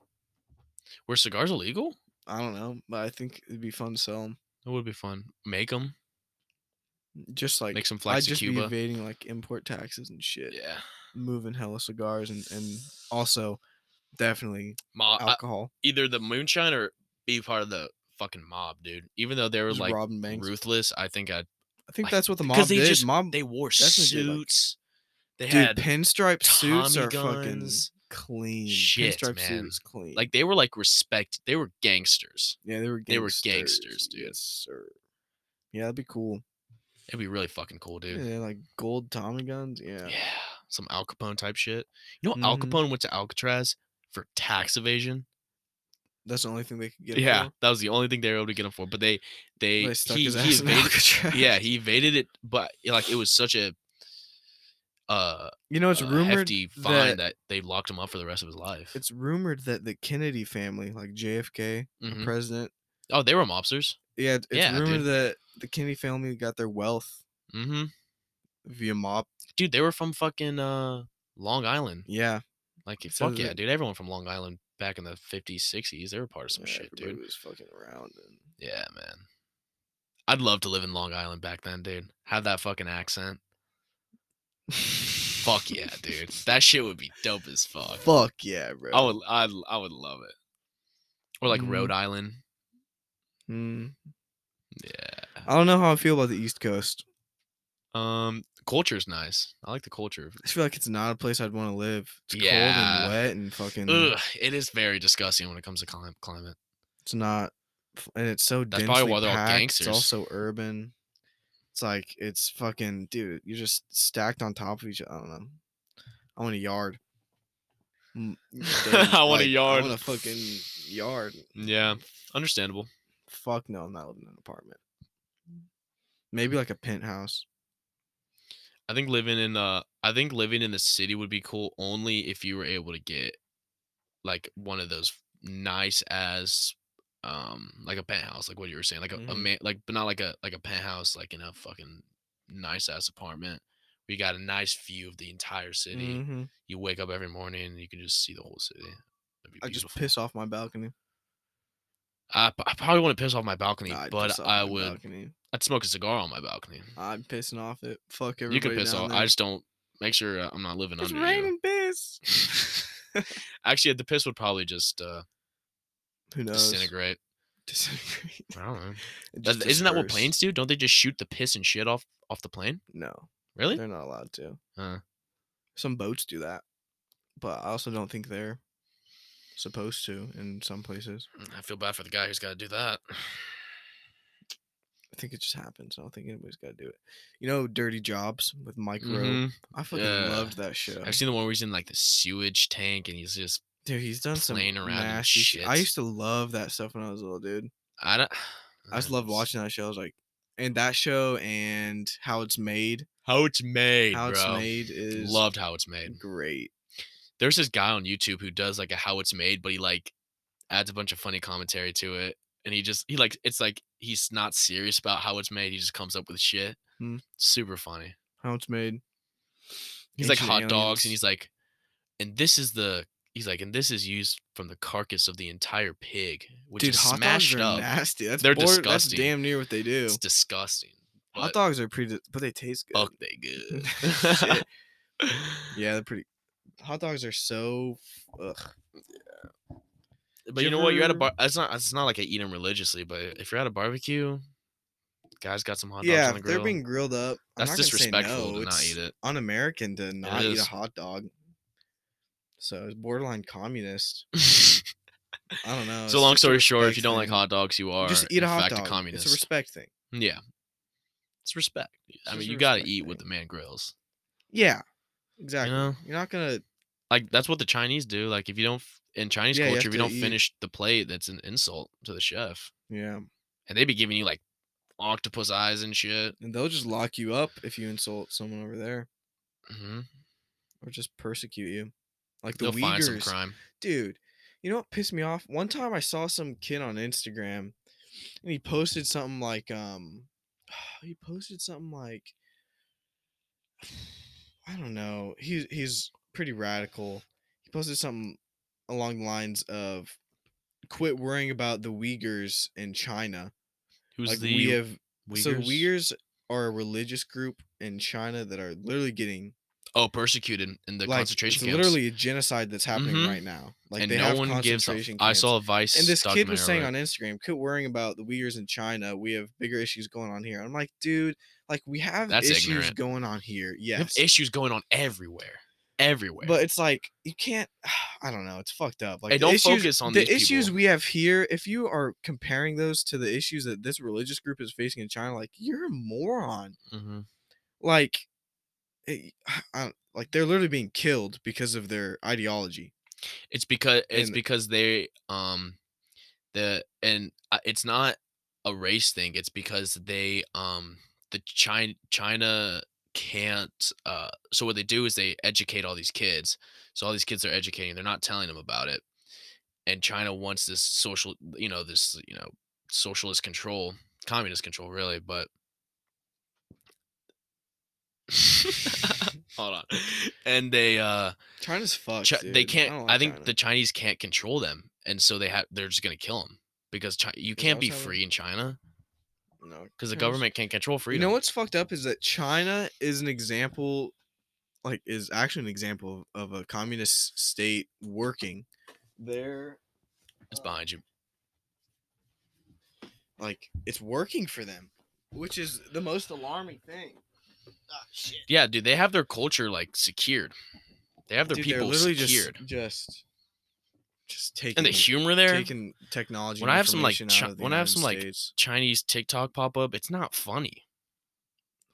Were cigars illegal? I don't know, but I think it'd be fun to sell them. That would be fun. Make them. Just like Make some I'd flags to just be Cuba. evading like import taxes and shit. Yeah. Moving hella cigars and and also definitely Mob. I- alcohol. either the moonshine or be part of the fucking mob, dude. Even though they were Just like robbing banks. ruthless, I think I I think I- that's what the mob because they did. just- mob they wore Definitely did, like, suits. they dude, had pinstripe suits Tommy are guns. fucking clean. Shit, pinstripe man. suit is clean. like they were like respect. They were gangsters. yeah, they were they were gangsters, gangsters, dude. Yes, sir. Yeah, that'd be cool. It'd be really fucking cool, Yeah, dude. they had, like gold Tommy guns. Yeah. Yeah. Some Al Capone type shit. You know, Al Mhm. Capone went to Alcatraz for tax evasion. that's the only thing they could get. Yeah, it that was the only thing they were able to get him for. But they, for. they, They stuck he, his he ass in evaded. Alcatraz. Yeah, he evaded it, but like it was such a, uh, You know, it's uh, rumored hefty that fine that they locked him up for the rest of his life. it's rumored that the Kennedy family, like JFK, Mhm. the president. Oh, they were mobsters. Yeah, it's Yeah, dude. rumored that the Kennedy family got their wealth hmm via mob. dude, they were from fucking uh Long Island. Yeah. Like So fuck yeah, they- dude. Everyone from Long Island back in the fifties, sixties, they were part of some yeah, shit, everybody dude. was fucking around. And... Yeah, man. I'd love to live in Long Island back then, dude. Have that fucking accent. Fuck yeah, dude. That shit would be dope as fuck. Fuck yeah, bro. I would I I would love it. Or like Mhm. Rhode Island. Mm. Yeah. I don't know how I feel about the East Coast. Um culture's nice. I like the culture. I just feel like it's not a place I'd want to live. It's cold Yeah. and wet and fucking. Ugh, it is very disgusting when it comes to clim- climate. It's not, f- and it's so That's densely probably why they're all packed. gangsters. It's also urban. It's like it's fucking dude. You're just stacked on top of each. I don't know. I want a yard. Mm, damn, I want a like, yard. I want a fucking yard. Yeah. Understandable. Fuck no, I'm not living in an apartment. Maybe like a penthouse. I think living in uh I think living in the city would be cool only if you were able to get like one of those nice as um like a penthouse, like what you were saying. Like a, a Mhm. man like but not like a like a penthouse, like in a fucking nice ass apartment. where you got a nice view of the entire city. Mhm. You wake up every morning and you can just see the whole city. That'd be I just beautiful. piss off my balcony. I, p- I probably want to piss off my balcony, Nah, I'd piss but off I my would. balcony. I'd smoke a cigar on my balcony. I'm pissing off it. Fuck everybody. You can piss down off. There. I just don't make sure uh, I'm not living it's under you. raining piss. Actually, the piss would probably just uh, Who knows? disintegrate. Disintegrate. I don't know. It Does- just isn't that what dispersed. planes do? Don't they just shoot the piss and shit off off the plane? No, Really? they're not allowed to. Huh. Some boats do that, but I also don't think they're supposed to in some places. Mm, I feel bad for the guy who's got to do that. I think it just happens. I don't think anybody's got to do it. You know, Dirty Jobs with Mike Rowe. Mhm. I fucking yeah. loved that show. I've seen the one where he's in like the sewage tank and he's just Dude, he's done some playing around in nasty shit. I shits. used to love that stuff when I was little, dude. I don't. I just loved It's- watching that show. I was like, and that show and how it's made, how it's made, how it's bro. made is Loved how it's made. great. There's this guy on YouTube who does like a how it's made, but he like adds a bunch of funny commentary to it, and he just he like it's like he's not serious about how it's made. He just comes up with shit. Mm. Super funny. How it's made. He's like Ancient hot dogs, and aliens. he's like, and this is the he's like, and this is used from the carcass of the entire pig, which Dude, is hot smashed dogs are up. nasty. That's They're border- disgusting. That's damn near what they do. It's disgusting. Hot but dogs are pretty, but they taste good. Fuck, they good. Shit. Yeah, they're pretty. Hot dogs are so. Ugh. But you know what? You're at a Giver- bar. It's not. It's not like I eat them religiously, but if you're at a barbecue, guys got some hot dogs yeah, on the if grill. they're being grilled up. I'm That's not gonna say disrespectful no. to not It's eat it. Un-American to not eat a is. hot dog. So it's borderline communist. I don't know. so long story short, if you respect don't like thing. hot dogs, you are just eat a in hot fact dog. a communist. It's a respect thing. yeah, it's respect. I just mean, a you gotta respect eat what the thing. man grills. Yeah, You exactly. know. You're not gonna. like that's what the Chinese do. Like if you don't f- in Chinese Yeah, you culture, have if you don't to eat- finish the plate, that's an insult to the chef. Yeah, And they be giving you like octopus eyes and shit. and they'll just lock you up if you insult someone over there, hmm or just persecute you, like the They'll Uyghurs. find some crime. dude. You know what pissed me off? One time I saw some kid on Instagram and he posted something like um he posted something like I don't know. He's he's pretty radical. He posted something along the lines of quit worrying about the Uyghurs in China. Who's like the we have so Uyghurs? Uyghurs are a religious group in China that are literally getting Oh, persecuted in the like concentration it's camps. literally a genocide that's happening Mhm. right now. Like and they no have one gives. A, concentration I camps. saw a Vice. And this kid was saying documentary on Instagram, quit worrying about the Uyghurs in China. We have bigger issues going on here. I'm like, dude, like we have That's issues ignorant. going on here. it. We have Yes. issues going on everywhere, everywhere. But it's like you can't I don't know, it's fucked up. Like Hey, the don't issues, focus on the these issues people. we have here, if you are comparing those to the issues that this religious group is facing in China, like you're a moron. hmm Like it, I, like they're literally being killed because of their ideology. It's because it's And- because they um the and uh, it's not a race thing. It's because they um the China China can't uh so what they do is they educate all these kids. So all these kids are educating. They're not telling them about it. And China wants this social, you know, this you know socialist control, communist control, really. But hold on, and they uh China's fucked. Chi- they dude. can't. I, don't like think China. the Chinese can't control them, and so they have. They're just gonna kill them because Chi- you that can't be what's happening? free in China No, because the China's- government can't control freedom. You know what's fucked up is that China is an example, like is actually an example of, of a communist state working. They're It's behind you. like it's working for them, which is the most alarming thing. Ah, shit. Yeah, dude. They have their culture like secured. They have their Dude, people they're literally secured, just just just taking and the humor there. taking technology. When I have some, like, information out Chi- of the when I have United some, like, States. Chinese TikTok pop up. It's not funny.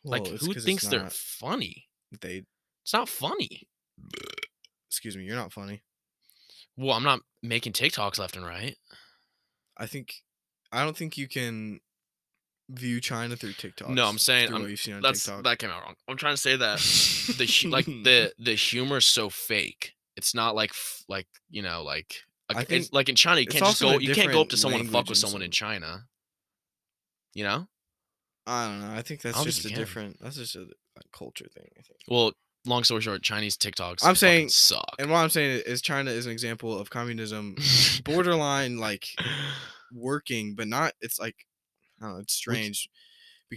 like Well, it's who 'cause it's thinks they're not- funny? they? It's not funny. Excuse me, you're not funny. Well, I'm not making TikToks left and right. I think I don't think you can view China through TikTok. No, I'm saying through I'm- what you've seen on That's TikTok. that came out wrong. I'm trying to say that the hu- like Hmm. the the humor is so fake. It's not like f- like you know like like, I it's- think like in China you it's can't just go also a you can't go up different to someone and fuck with language and someone in some- China. You know, I don't know. I think that's don't think just a you can. different. That's just a, a culture thing. I think. well, long story short, Chinese TikToks fucking I'm saying- suck. And what I'm saying is, China is an example of communism, borderline like working, but not. It's like, I don't know. It's Would you- strange.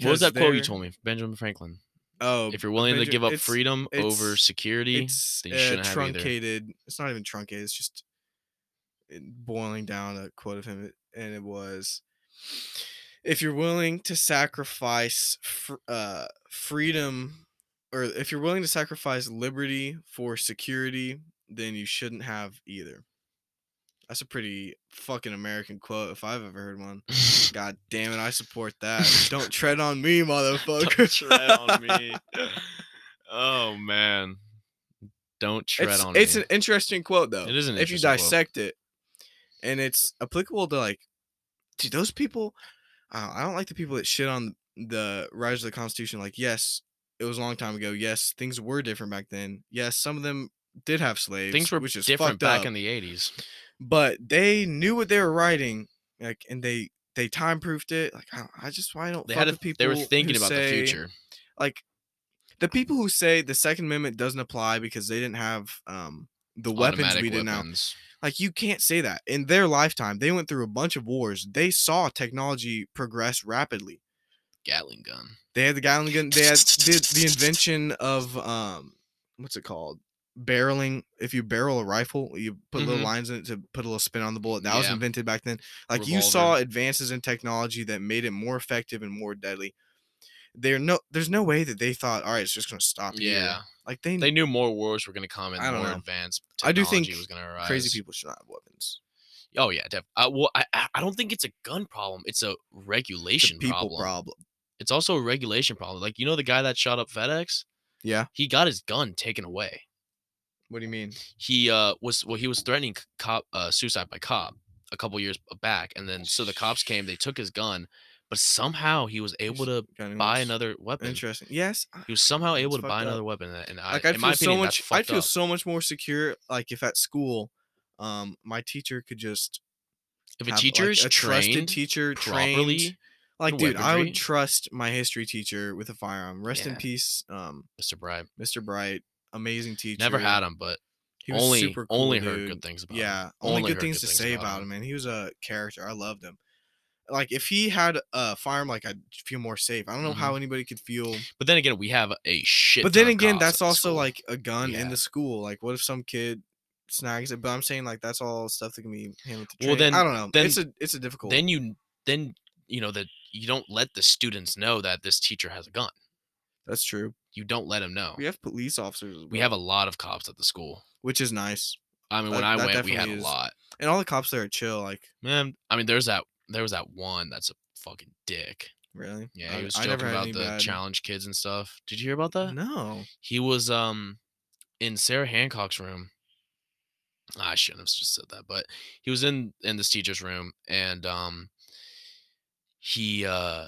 what was that quote you they're- told me, Benjamin Franklin? Oh, If you're willing Benja- to give up it's- freedom over it's- security, it's that you uh, shouldn't have either. truncated. It's not even truncated. It's just it- boiling down a quote of him, and it was, "If you're willing to sacrifice fr- uh, freedom, or if you're willing to sacrifice liberty for security, then you shouldn't have either." That's a pretty fucking American quote if I've ever heard one. God damn it, I support that. Don't tread on me, motherfucker. Don't tread on me. Oh man, don't tread it's, on it's me. an interesting quote though. It is an if you interesting quote. dissect it, and it's applicable to like, to those people. uh, I don't, I don't like the people that shit on the rise of the Constitution. Like, yes, it was a long time ago. Yes, things were different back then. Yes, some of them did have slaves. Things were which is different fucked back up, in the '80s. but they knew what they were writing, like, and they they time proofed it. Like, I, don't- I just why I don't They fuck had a, with people. they were who thinking about the say- future. like the people who say the second amendment doesn't apply because they didn't have um the weapons Automatic we did now weapons. like you can't say that in their lifetime they went through a bunch of wars they saw technology progress rapidly Gatling gun. they had the Gatling gun they had did the invention of um what's it called barreling if you barrel a rifle you put Mhm. little lines in it to put a little spin on the bullet that was Yeah. invented back then like you saw Revolver. advances in technology that made it more effective and more deadly there no there's no way that they thought all right it's just going to stop here." Yeah, Like they, they knew more wars were going to come and Uh, I don't more know. advanced I do technology think was going to arise. crazy people should not have weapons. Oh yeah, def- I, well, I I I don't think it's a gun problem. It's a The regulation people problem. problem. It's also a regulation problem. Like you know the guy that shot up FedEx, Yeah. he got his gun taken away. What do you mean? He uh was well he was threatening c- cop uh, suicide by cop a couple years back, and then so the cops came. They took his gun, but somehow he was able to Gun buy owners. another weapon. Interesting. Yes. I- He was somehow able It's to buy fucked up. another weapon, and I, Like I in my feel so opinion, much. that's I fucked feel up. so much more secure. Like if at school, um my teacher could just If a have, teacher like, is a trusted trained teacher properly, trained like dude i weaponry. would trust my history teacher with a firearm rest in Yeah. peace um Mr. Bright, mr bright amazing teacher never had him, but he was only super cool only heard dude. good things about him. yeah only, Only good heard things good to things say about about him. him. and he was a character i loved him like if he had a firearm like i'd feel more safe i don't know Mhm. how anybody could feel But then again, we have a shit. but then ton of again cops at that's the also school. like a gun Yeah. in the school like what if some kid snags it but i'm saying like that's all stuff that can be handled to Well, training. then- i don't know then- it's a it's a difficult then you then you know that you don't let the students know that this teacher has a gun. that's true You don't let them know. we have police officers as we well, have a lot of cops at the school. which is nice I mean, when That- I that went, we had definitely a is- lot. and all the cops there are chill like Man, I mean, there's that there was that one that's a fucking dick. really Yeah, I, he was I joking never had about any the bad- Uh, challenge kids and stuff. Did you hear about that? no He was um in Sarah Hancock's room. I shouldn't have just said that, but he was in in this teacher's room and um he uh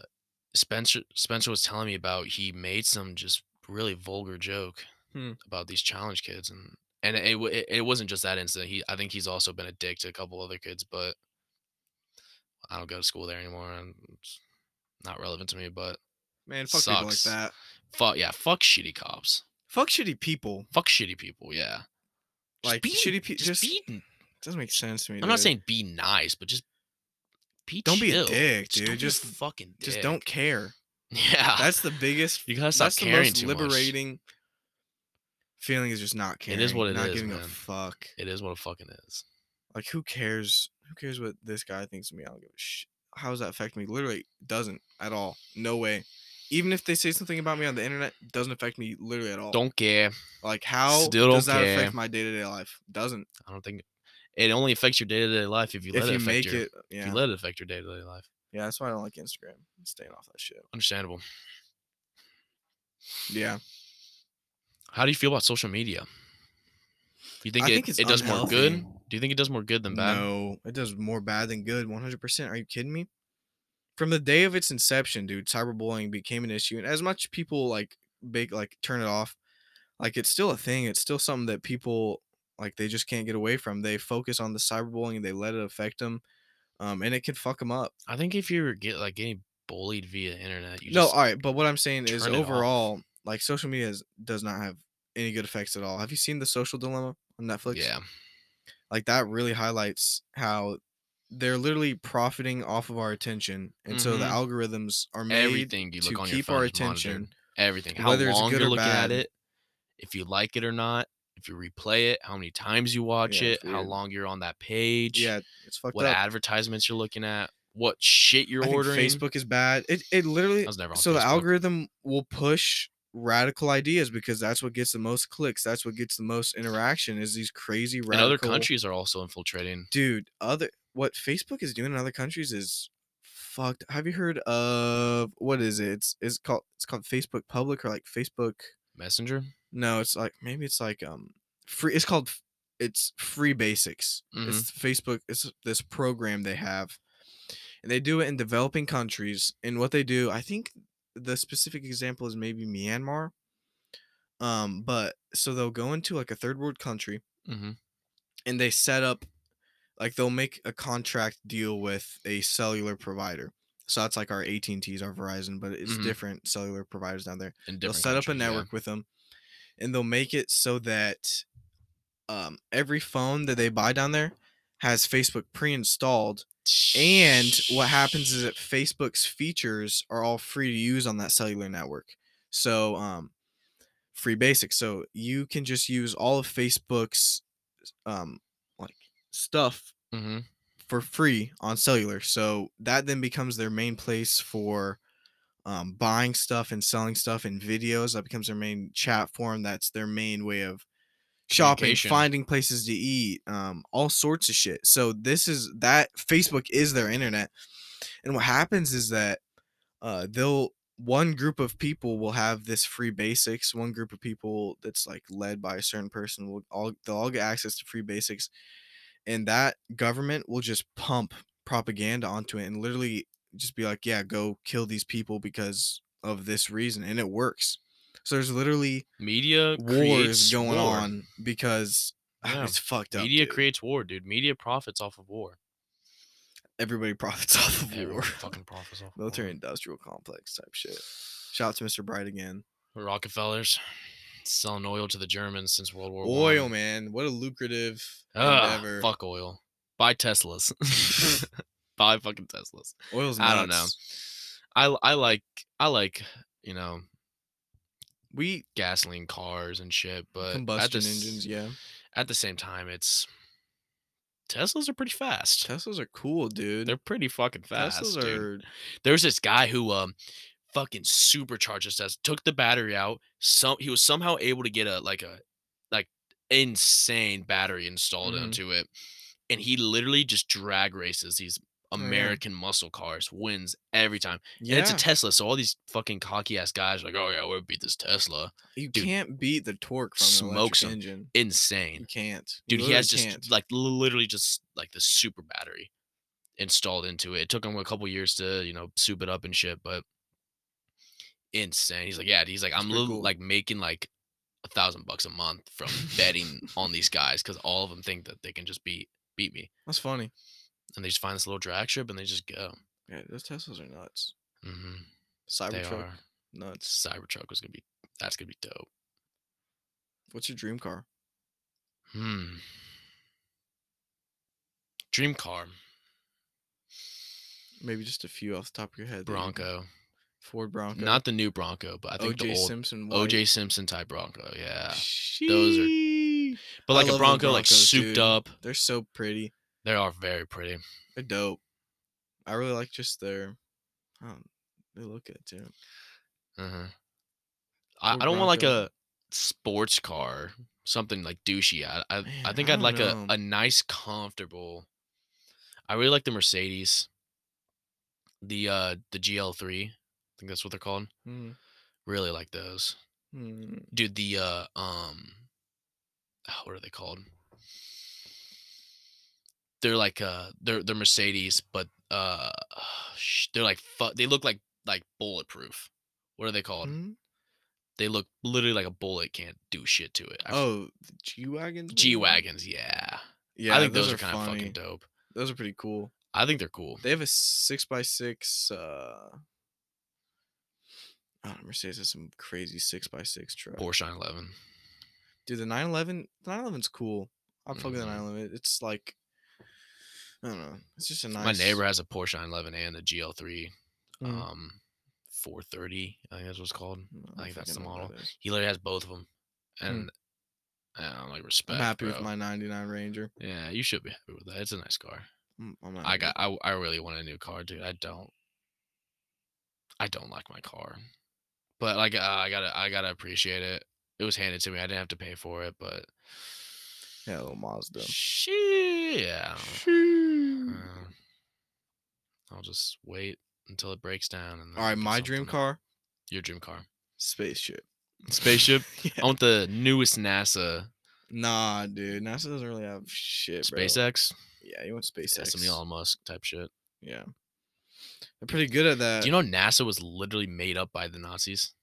Spencer Spencer was telling me about he made some just really vulgar joke Hmm. about these challenge kids and and it, wa- it it wasn't just that incident. He I think he's also been a dick to a couple other kids, but I don't go to school there anymore and it's not relevant to me, but man fuck people like Sucks. that fuck yeah, fuck shitty cops. fuck shitty people fuck shitty people. Yeah, Just like be- shitty people just, be. n- doesn't make sense to me I'm not dude. saying be nice, but just be. Don't be a chill. dick, don't dude. be a Just- fucking. Dick. Ah. just don't care Yeah, that's the biggest you gotta stop that's the caring most too much. liberating feeling is just not It caring. is what it not is, giving a man. fuck. It is what it fucking is. Like who cares? Who cares what this guy thinks of me? I don't give a shit. How does that affect me? Literally it doesn't at all. No way. Even if they say something about me on the internet, it doesn't affect me literally at all. Don't care. like how still don't does that care. affect my day to day life? Doesn't. I don't think it only affects your day to day life if you let if it you affect make your. it, If yeah, you let it affect your day to day life, yeah. That's why I don't like Instagram. I'm staying off that shit. understandable. Yeah, How do you feel about social media? You think I it, think it's it does more good? unhealthy. Do you think it does more good than bad? no, it does more bad than good. One hundred percent. Are you kidding me? From the day of its inception, dude, cyberbullying became an issue, and as much people like big like turn it off, like it's still a thing. It's still something that people like they just can't get away from. They focus on the cyberbullying, they let it affect them, um, and it can fuck them up. I think if you're get like getting bullied via internet, you no, just, all right, but what I'm saying is turn it off. overall, like social media is, does not have any good effects at all. Have you seen the Social Dilemma on Netflix? yeah, like that really highlights how they're literally profiting off of our attention and so the Mhm. algorithms are made everything you to look on your keep phone our is monitored. attention everything. How whether it's long good you're or looking bad. at it, if you like it or not, if you replay it, how many times you watch Yeah, it, it's how weird. long you're on that page, yeah it's fucked what up advertisements you're looking at, what shit you're I think ordering. facebook is bad it, it literally I was never on so Facebook. the algorithm will push radical ideas because that's what gets the most clicks that's what gets the most interaction is these crazy and radical other countries are also infiltrating. dude other what facebook is doing in other countries is fucked have you heard of what is it it's, it's called it's called facebook public or like facebook Messenger. No, it's like maybe it's like um free. It's called f- it's free basics. It's Facebook. It's this program they have, and they do it in developing countries. And what they do, I think the specific example is maybe Myanmar. Um, but so they'll go into like a third world country Mm-hmm. and they set up like they'll make a contract deal with a cellular provider. So that's like our AT&T's, our Verizon, but it's Mhm. different cellular providers down there In different they'll set up a countries, yeah. network with them and they'll make it so that um, every phone that they buy down there has facebook pre-installed and what happens is that facebook's features are all free to use on that cellular network so um, free basics so you can just use all of facebook's um, like stuff Mhm. for free on cellular. So that then becomes their main place for um, buying stuff and selling stuff and videos. That becomes their main chat forum. That's their main way of shopping, Communication. finding places to eat, um, all sorts of shit. So this is that Facebook is their internet. And what happens is that uh, they'll one group of people will have this free basics. One group of people that's like led by a certain person will all they'll all get access to free basics, and that government will just pump propaganda onto it and literally just be like, yeah, go kill these people because of this reason, and it works. So there's literally Media wars creates going war. on because Yeah. It's fucked up. Media dude. creates war, dude. Media profits off of war. Everybody profits off of Everyone war. fucking profits off. of war. Military industrial complex type shit. Shout out to Mr. Bright again. Rockefellers selling oil to the Germans since World War One. Oil, man. What a lucrative Ugh, endeavor. fuck oil. Buy Teslas. Buy fucking Teslas. Oil's nuts. I don't know. I l- I like I like you know we gasoline cars and shit, but at the, Combustion s- engines, yeah. At the same time, it's Teslas are pretty fast. Teslas are cool, dude. They're pretty fucking fast. Teslas dude. are There's this guy who um fucking supercharged his Tesla, took the battery out. Some he was somehow able to get a like a like insane battery installed Mhm. into it, and he literally just drag races these Oh, yeah. American muscle cars, wins every time. yeah. And it's a Tesla, so all these fucking cocky ass guys are like, oh yeah, we'll beat this Tesla. you dude, can't beat the torque from an smokes electric 'em. engine. You Insane. can't. You Dude, he has literally just can't. like li- literally just like the super battery installed into it. It took him a couple years to, you know, soup it up and shit, but insane. He's like, yeah, he's like, I'm pretty little, cool. like making like a thousand bucks a month from betting on these guys because all of them think that they can just beat beat me. That's funny. And they just find this little drag strip and they just go. Yeah, those Teslas are nuts. hmm They Cybertruck, are. nuts. Cybertruck was gonna be that's gonna be dope. What's your dream car? Hmm. Dream car, Maybe just a few off the top of your head. that you can- Bronco. Ford Bronco. Not the new Bronco, but I think OJ the old Simpson. OJ Simpson type Bronco. Yeah, Those are- are. but I like love a the Bronco, like Broncos, souped dude. up. They're so pretty. They are very pretty. They're dope. I really like just their. Um, they look good too. Uh-huh. I, I Ford don't want like Bronco. a sports car, something like douchey. I I, I Man, think I I'd don't like a, know. a nice, comfortable. I really like the Mercedes. The uh the GL3, I think that's what they're called. Mm, Really like those. mm. dude the uh um ah, what are they called they're like uh they're they're mercedes but uh sh- they're like fu- they look like like bulletproof what are they called Mm. they look literally like a bullet can't do shit to it I f- Oh, the G wagons. g wagons yeah. Yeah, i think those, are, kind funny. of fucking dope Those are pretty cool. i think they're cool They have a six by six. Uh, I don't know, Mercedes has some crazy six by six truck. porsche 911 Dude, the 911, the 911's cool. I'm fucking the Mhm. 911. It's like, I don't know. It's just a nice. my neighbor has a porsche 911 and a gl3 Mm. um 430 i think that's what's called I don't I think that's fucking the know what model. that is. He literally has both of them, and uh, I'm like Hmm. I'm respect. happy with bro. my 99 Ranger. Yeah, you should be happy with that. It's a nice car. Mm, I'm I happy. got. I, I really want a new car, dude. I don't. I don't like my car, but like uh, I gotta I gotta appreciate it. It was handed to me. I didn't have to pay for it, but Yeah, a little Mazda. shit, yeah. Shoo. uh, I'll just wait until it breaks down. And then All I'll right, get my dream something- car, Your dream car. spaceship. Spaceship. Yeah. I want the newest NASA Nah, dude. NASA doesn't really have shit, bro. SpaceX. Yeah, you want Yeah, SpaceX. some Elon Musk type shit. Yeah. They're pretty good at that. Do you know NASA was literally made up by the Nazis?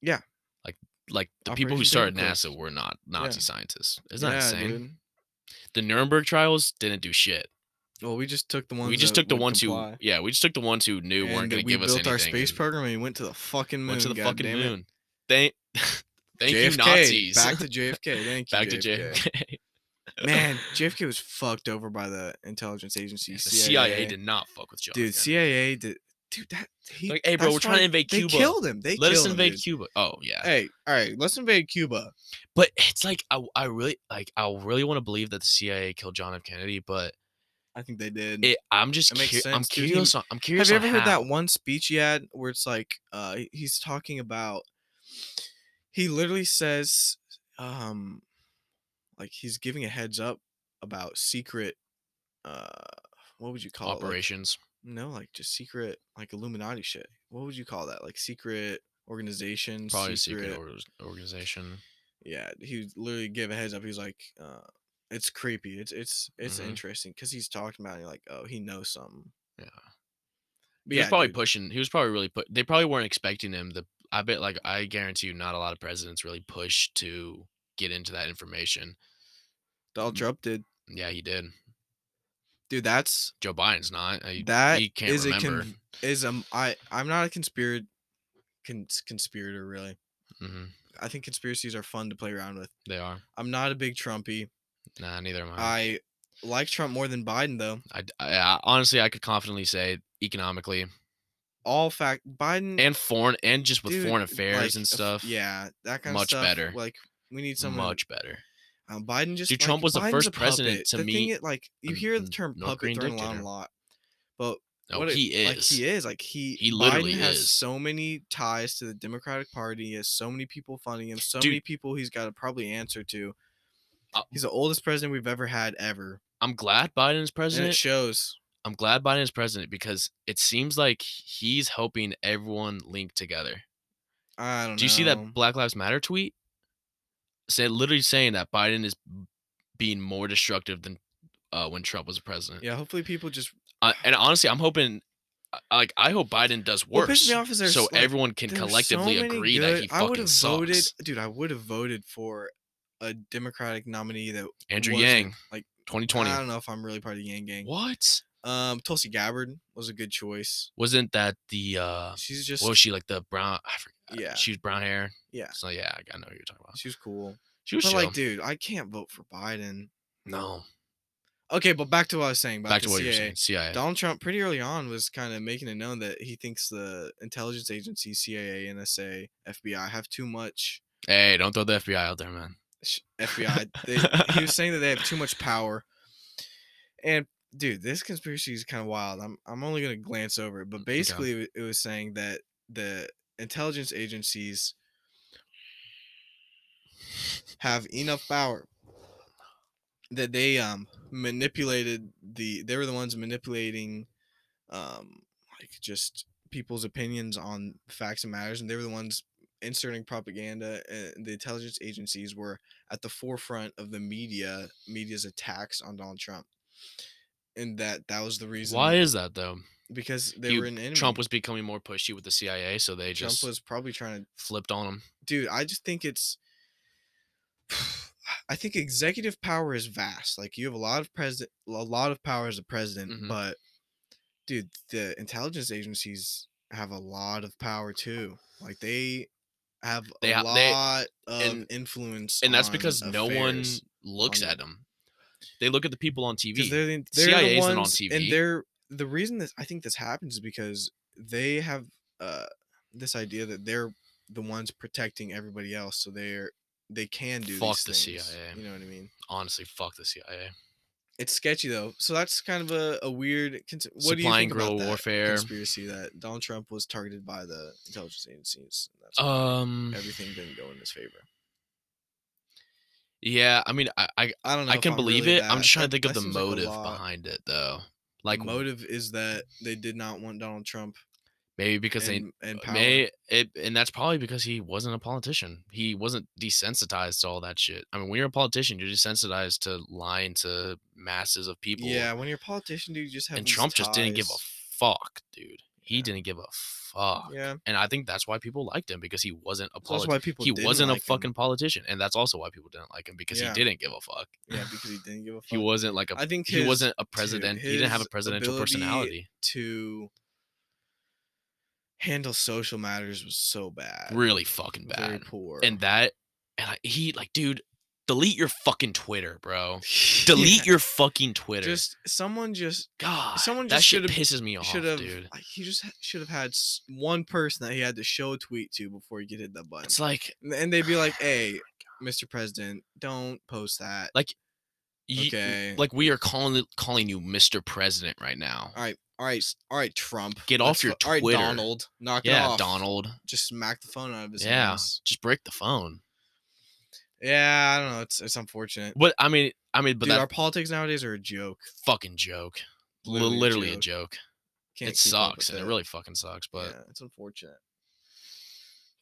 Yeah. Like like the people who Operation started Paperclip. NASA were not Nazi Yeah. scientists. Isn't that Yeah, insane? dude. The Nuremberg trials didn't do shit. Well, we just took the ones we just that took the would ones comply. who yeah, we just took the ones who knew and weren't that gonna we give us built anything. our space and program and we went to the fucking moon. Went to the God fucking damn it. moon. Thank Thank JFK, you, Nazis. Back to JFK. Thank you. Back to JFK. Man, JFK was fucked over by the intelligence agency. the CIA, CIA did not fuck with John. Dude, CIA. CIA did. Dude, that he. Like, hey, bro, that's we're trying to why invade they Cuba. killed him. They Let us killed him, invade dude. Cuba. Oh yeah. Hey, all right, let's invade Cuba. But it's like I, I really like I really want to believe that the CIA killed John F. Kennedy, but I think they did. it, I'm just It makes cur- I'm sense, dude. He- curious. on, I'm Have curious. you on ever heard how. that one speech he had where it's like uh he- he's talking about he literally says um like he's giving a heads up about secret uh what would you call operations? it? Like, no, like just secret like Illuminati shit. What would you call that? Like secret organization, Probably a secret or- organization. yeah, he was literally gave a heads up. He's like, uh, it's creepy. It's it's it's Mhm. interesting because he's talking about it, like, oh, he knows something. Yeah. But he was probably dude, pushing. He was probably really put. They probably weren't expecting him. The I bet like I guarantee you, not a lot of presidents really push to get into that information. Donald Trump did. Yeah, he did. Dude, that's Joe Biden's not. I, that he can't is remember. a con- is um I I'm not a conspirator cons- conspirator really. hmm I think conspiracies are fun to play around with. They are. I'm not a big Trumpy. Nah, neither am I. I like Trump more than Biden though. I, d- I- I- honestly, I could confidently say economically All fact Biden and foreign and just with dude, uh, foreign affairs like, and if- stuff. Yeah, that kind of much stuff. better. Like we need someone much better. Um, Biden just Dude, like, Trump was the Biden's first a president puppet. to the meet Thing is, like you a hear the n- term North puppet Korean thrown around dictator. a lot, but No, what it- he like is. he is like he He literally Biden has is. so many ties to the Democratic Party. He has so many people funding him. So Dude. many people he's got to probably answer to. Uh, he's the oldest president we've ever had ever, I'm glad Biden is and it president. shows. I'm glad Biden is president because it seems like he's helping everyone link together. I don't know. Do you see that Black Lives Matter tweet? Said literally saying that Biden is b- being more destructive than uh, when Trump was president. Yeah, hopefully people just I- and honestly, I'm hoping, I- like, I hope Biden does What pisses worse, me off is there's, so like, everyone can There's so collectively many agree that good- he I would fucking have sucks. voted, dude. I would have voted for a Democratic nominee that Andrew wasn't, Yang, like, 2020. I don't know if I'm really part of the Yang Gang. What Um, Tulsi Gabbard was a good choice. wasn't that the? uh She's just What was she like? The brown? I forget. Yeah. she was brown hair. Yeah. So yeah, I- I know what you're talking about. she was cool. She was But chill. like, dude, I can't vote for Biden. no. Okay, but back to what I was saying. About Back the to what CIA. you're saying. CIA. Donald Trump pretty early on was kind of making it known that he thinks the intelligence agencies, CIA, NSA, FBI, have too much Hey, don't throw the FBI out there, man. sh- FBI. They, he was saying that they have too much power. And dude, this conspiracy is kind of wild. I'm I'm only gonna glance over it, but okay. basically, it wa- it was saying that the intelligence agencies have enough power that they um manipulated the they were the ones manipulating um like just people's opinions on facts and matters and they were the ones inserting propaganda and the intelligence agencies were at the forefront of the media media's attacks on Donald Trump and that that was the reason Why is that though? because they he- were an enemy Trump was becoming more pushy with the CIA, so they Trump just was probably trying to flipped on him. dude, I just think it's. I think executive power is vast. Like you have a lot of president, a lot of power as a president, Mhm. but dude, the intelligence agencies have a lot of power too. Like they have They a ha- they- lot of and- influence, And that's on because no one affairs. looks on at him. They look at the people on 'Cause TV. they're the, they're CIA the isn't on ones, TV. and they're the reason that I think this happens is because they have uh, this idea that they're the ones protecting everybody else, so they're they can do Fuck these the things, CIA. You know what I mean? Honestly, fuck the CIA. It's sketchy though. So that's kind of a, a weird. Cons- what do you Supply and think guerrilla about that warfare. conspiracy that Donald Trump was targeted by the intelligence agencies? and That's why Um. everything didn't go in his favor. Yeah, I mean, I I, I don't know. I if can I'm believe really it. I'm that- just trying that- to think of that the seems like a motive lot. behind it though. The Like motive is that they did not want Donald Trump maybe because they uh, and, and power. May it, and that's probably because he wasn't a politician. He wasn't desensitized to all that shit. I mean, when you're a politician, you're desensitized to lying to masses of people. Yeah, when you're a politician, dude, you just have. and these Trump just didn't give ties. a fuck, dude. He Yeah. didn't give a fuck. Yeah, And I think that's why people liked him because he wasn't a that's why politician. people. He didn't wasn't like a him. fucking politician, and that's also why people didn't like him because Yeah. he didn't give a fuck. Yeah, because he didn't give a. Fuck. He wasn't like a. I think he his- wasn't a president. he didn't have a his presidential ability personality. to handle social matters was so bad. Really fucking bad. uh, Very poor. and that and I, he like dude delete your fucking twitter bro Yeah, delete your fucking twitter Just someone just god someone that just shit should've- pisses me off should have. dude He just ha- should have had s- one person that he had to show a tweet to before he could hit that button. it's like And- and they'd be like, "Hey, Mr. President, don't post that." you, Okay. like we are calling it- calling you mr president right now All right, all right, s- all right, Trump. Get off Let's your go- All right, Twitter. Donald. Knock it yeah off. donald Just smack the phone out of his Yeah. hands. just break the phone Yeah, I don't know. It's it's unfortunate. but i mean i mean but Dude, that our politics nowadays are a joke. fucking joke Li- Literally literally, a a joke Can't it keep up sucks with and it really fucking sucks but yeah, it's unfortunate.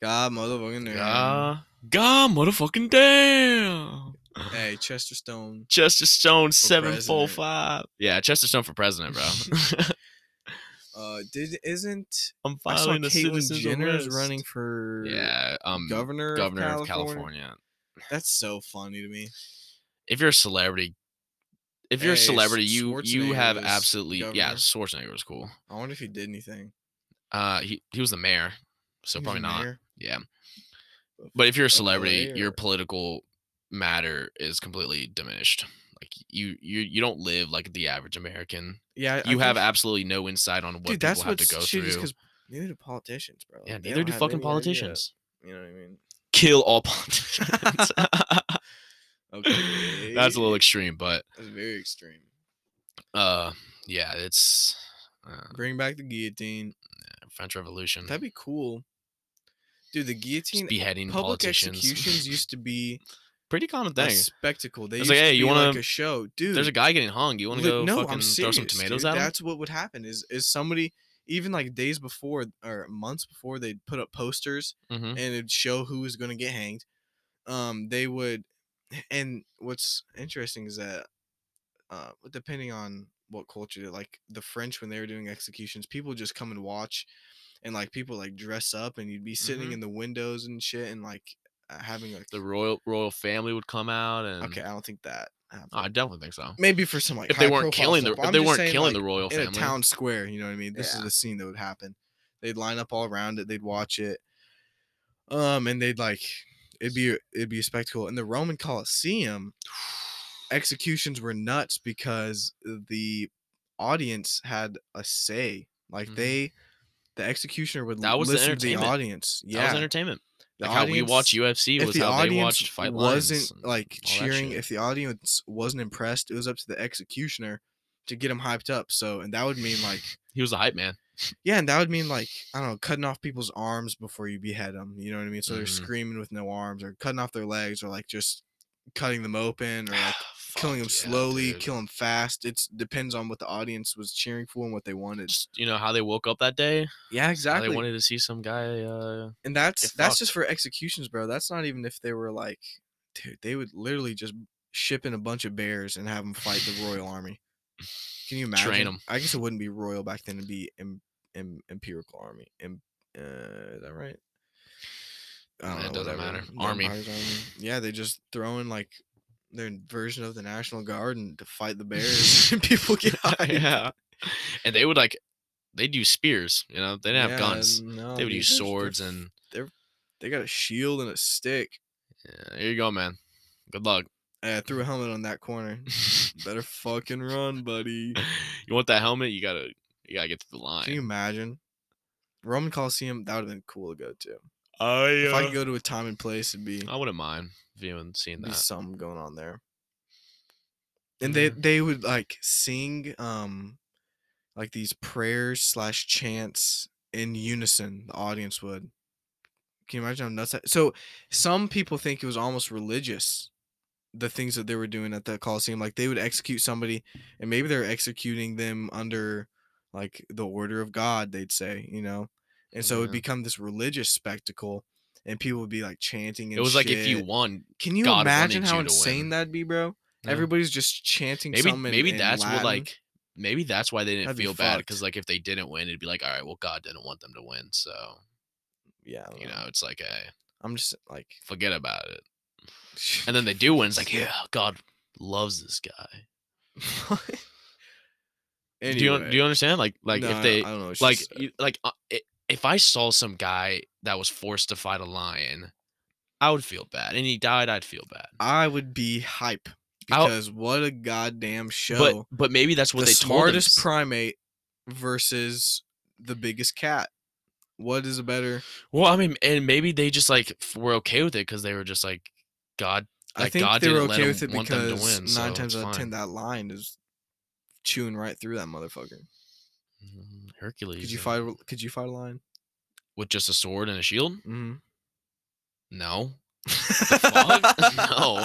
God, motherfucking damn. god god motherfucking damn Hey, Chester Stone. Chester Stone seven president. four five. Yeah, Chester Stone for president, bro. Uh, did isn't I'm I saw following the Caitlyn citizens Jenner is arrest. running for Yeah, um, governor, governor of, of California. That's so funny to me. if you're a celebrity, if you're a Hey, S- celebrity, you you Schwarzenegger have was absolutely yeah. governor. Schwarzenegger was cool. I wonder if he did anything. Uh, he he was the mayor, so He was probably not. mayor Yeah, of- but if you're a of celebrity, LA your or- political matter is completely diminished. Like you you you don't live like the average American. yeah, I- I You have think- absolutely no insight on what dude. people That's have what's to go shitty is through. because neither do politicians, bro. Yeah, Like, they neither don't do have fucking any idea. politicians. You know what I mean? Kill all politicians. Okay, That's a little extreme, but That's very extreme. uh, yeah, it's uh, Bring back the guillotine. French Revolution. That'd be cool, dude. The Just guillotine. beheading Public politicians. executions used to be Pretty common a thing. spectacle. They It's used like, like, "Hey, to you you want wanna- like a show, dude. There's a guy getting hung. You want to Look, go no, fucking I'm serious, throw some tomatoes dude. at him? That's what would happen. Is is somebody even like days before or months before they'd put up posters Mhm. and it'd show who was going to get hanged. Um, they would, and what's interesting is that, uh, depending on what culture, like the French when they were doing executions, people just come and watch, and like people like dress up, and you'd be sitting Mhm. in the windows and shit, and like uh, having like The royal royal family would come out and. Oh, okay, I don't think that. Happened. I definitely think so. Maybe for some like If they high weren't profile killing the stuff, but if I'm they just weren't saying, killing like, the royal in family, a town square. You know what I mean? This Yeah. is the scene that would happen. They'd line up all around it. They'd watch it, um, and they'd like it'd be it'd be a spectacle. In the Roman Colosseum, executions were nuts because the audience had a say. Like Mhm. they, the executioner would That l- was the listen to the entertainment. audience. that was Yeah, entertainment. the like how we watch audience- UFC if was the how they audience watched fight lines. wasn't and- like all that cheering, shit. if the audience wasn't impressed, it was up to the executioner to get them hyped up. So, and that would mean like, he was a hype man. yeah, and that would mean like, I don't know, cutting off people's arms before you behead them. You know what I mean? So they're Mhm. screaming with no arms, or cutting off their legs, or like just cutting them open, or like killing them Fuck yeah, slowly, dude. kill them fast. It depends on what the audience was cheering for and what they wanted. Just, you know how they woke up that day. Yeah, how exactly. They wanted to see some guy. Uh, and that's get that's fucked. just for executions, bro. That's not even if they were like, dude, they would literally just ship in a bunch of bears and have them fight the royal army. Can you imagine? Train 'em. I guess it wouldn't be royal back then; it'd be em, em, empirical army. Em, uh, is that right? I It doesn't matter. The Army. Empire's Yeah, they just throw in like their version of the National Guard and to fight the bears, and people get hyped. yeah, and they would like they'd use spears. You know they didn't have Yeah, guns. no, They would dude, use they're- they're swords f- and they got a shield and a stick. yeah, here you go, man. Good luck. Hey, I Eh, threw a helmet on that corner. Better fucking run, buddy. you want that helmet? You gotta you gotta get to the line. Can you imagine? Roman Coliseum, that would have been cool to go to. I If I uh, could go to a time and place, it'd be, I wouldn't mind viewing seeing be that. something going on there. And they Mm-hmm. they would like sing um like these prayers slash chants in unison, the audience would. Can you imagine how nuts that so some people think it was almost religious the things that they were doing at the Coliseum. Like they would execute somebody and maybe they're executing them under like the order of God, they'd say, you know? And so it Yeah. would become this religious spectacle and people would be like chanting and It was like if you shit. won, Can you God imagine wanted how you to win. insane that'd be, bro? Yeah. Everybody's just chanting maybe something. maybe in that's what Latin. like maybe that's why they didn't That'd be feel bad because fucked. like if they didn't win, it'd be like all right, well God didn't want them to win, so yeah. I you dunno. know it's like hey, I'm just like forget about it. And then they do win. It's like yeah, God loves this guy. Do you un- do you understand? Like like Nah, if they I don't know what she like said. you, like uh, i- if I saw some guy that was forced to fight a lion, I would feel bad, and he died, I'd feel bad. I would be hype I'll- because what a goddamn show. But but maybe that's what the they told him. smartest primate versus the biggest cat. What is a better? Well, I mean, and maybe they just like f- were okay with it because they were just like, God, I Like, think God they were didn't let okay him- with it want them to because win, so nine it's times out of fine. ten, that line is chewing right through that motherfucker. mm, Hercules. Could you uh, fight? a- Could you fight a lion? with just a sword and a shield? Mm-hmm. No, Fuck? no.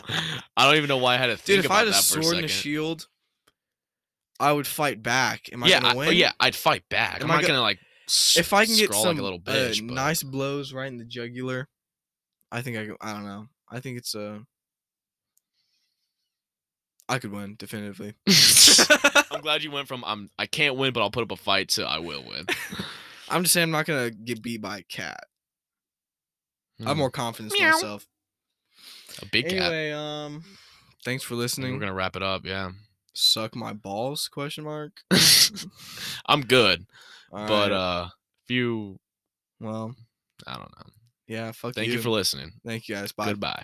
I don't even know why I had to think Dude, if about I had a that for a sword second. and a shield, I would fight back. Am I yeah, gonna I- oh, win? yeah, I'd fight back. Am I'm I not go- gonna like. s- If I can get scrawl some like a little uh, bitch, but- nice blows right in the jugular, I think I could, I don't know. I think it's uh, I could win definitively. I'm glad you went from I'm I can't win, but I'll put up a fight, so I will win. I'm just saying I'm not gonna get beat by a cat. I have Hmm, more confidence in Meow. myself. a big cat. anyway, um, Thanks for I think listening. we're gonna wrap it up. Yeah, Suck my balls? Question mark. I'm good, All but right, uh, if you, well, I don't know. yeah. Fuck Thank you for listening. Thank you guys. Bye. Goodbye.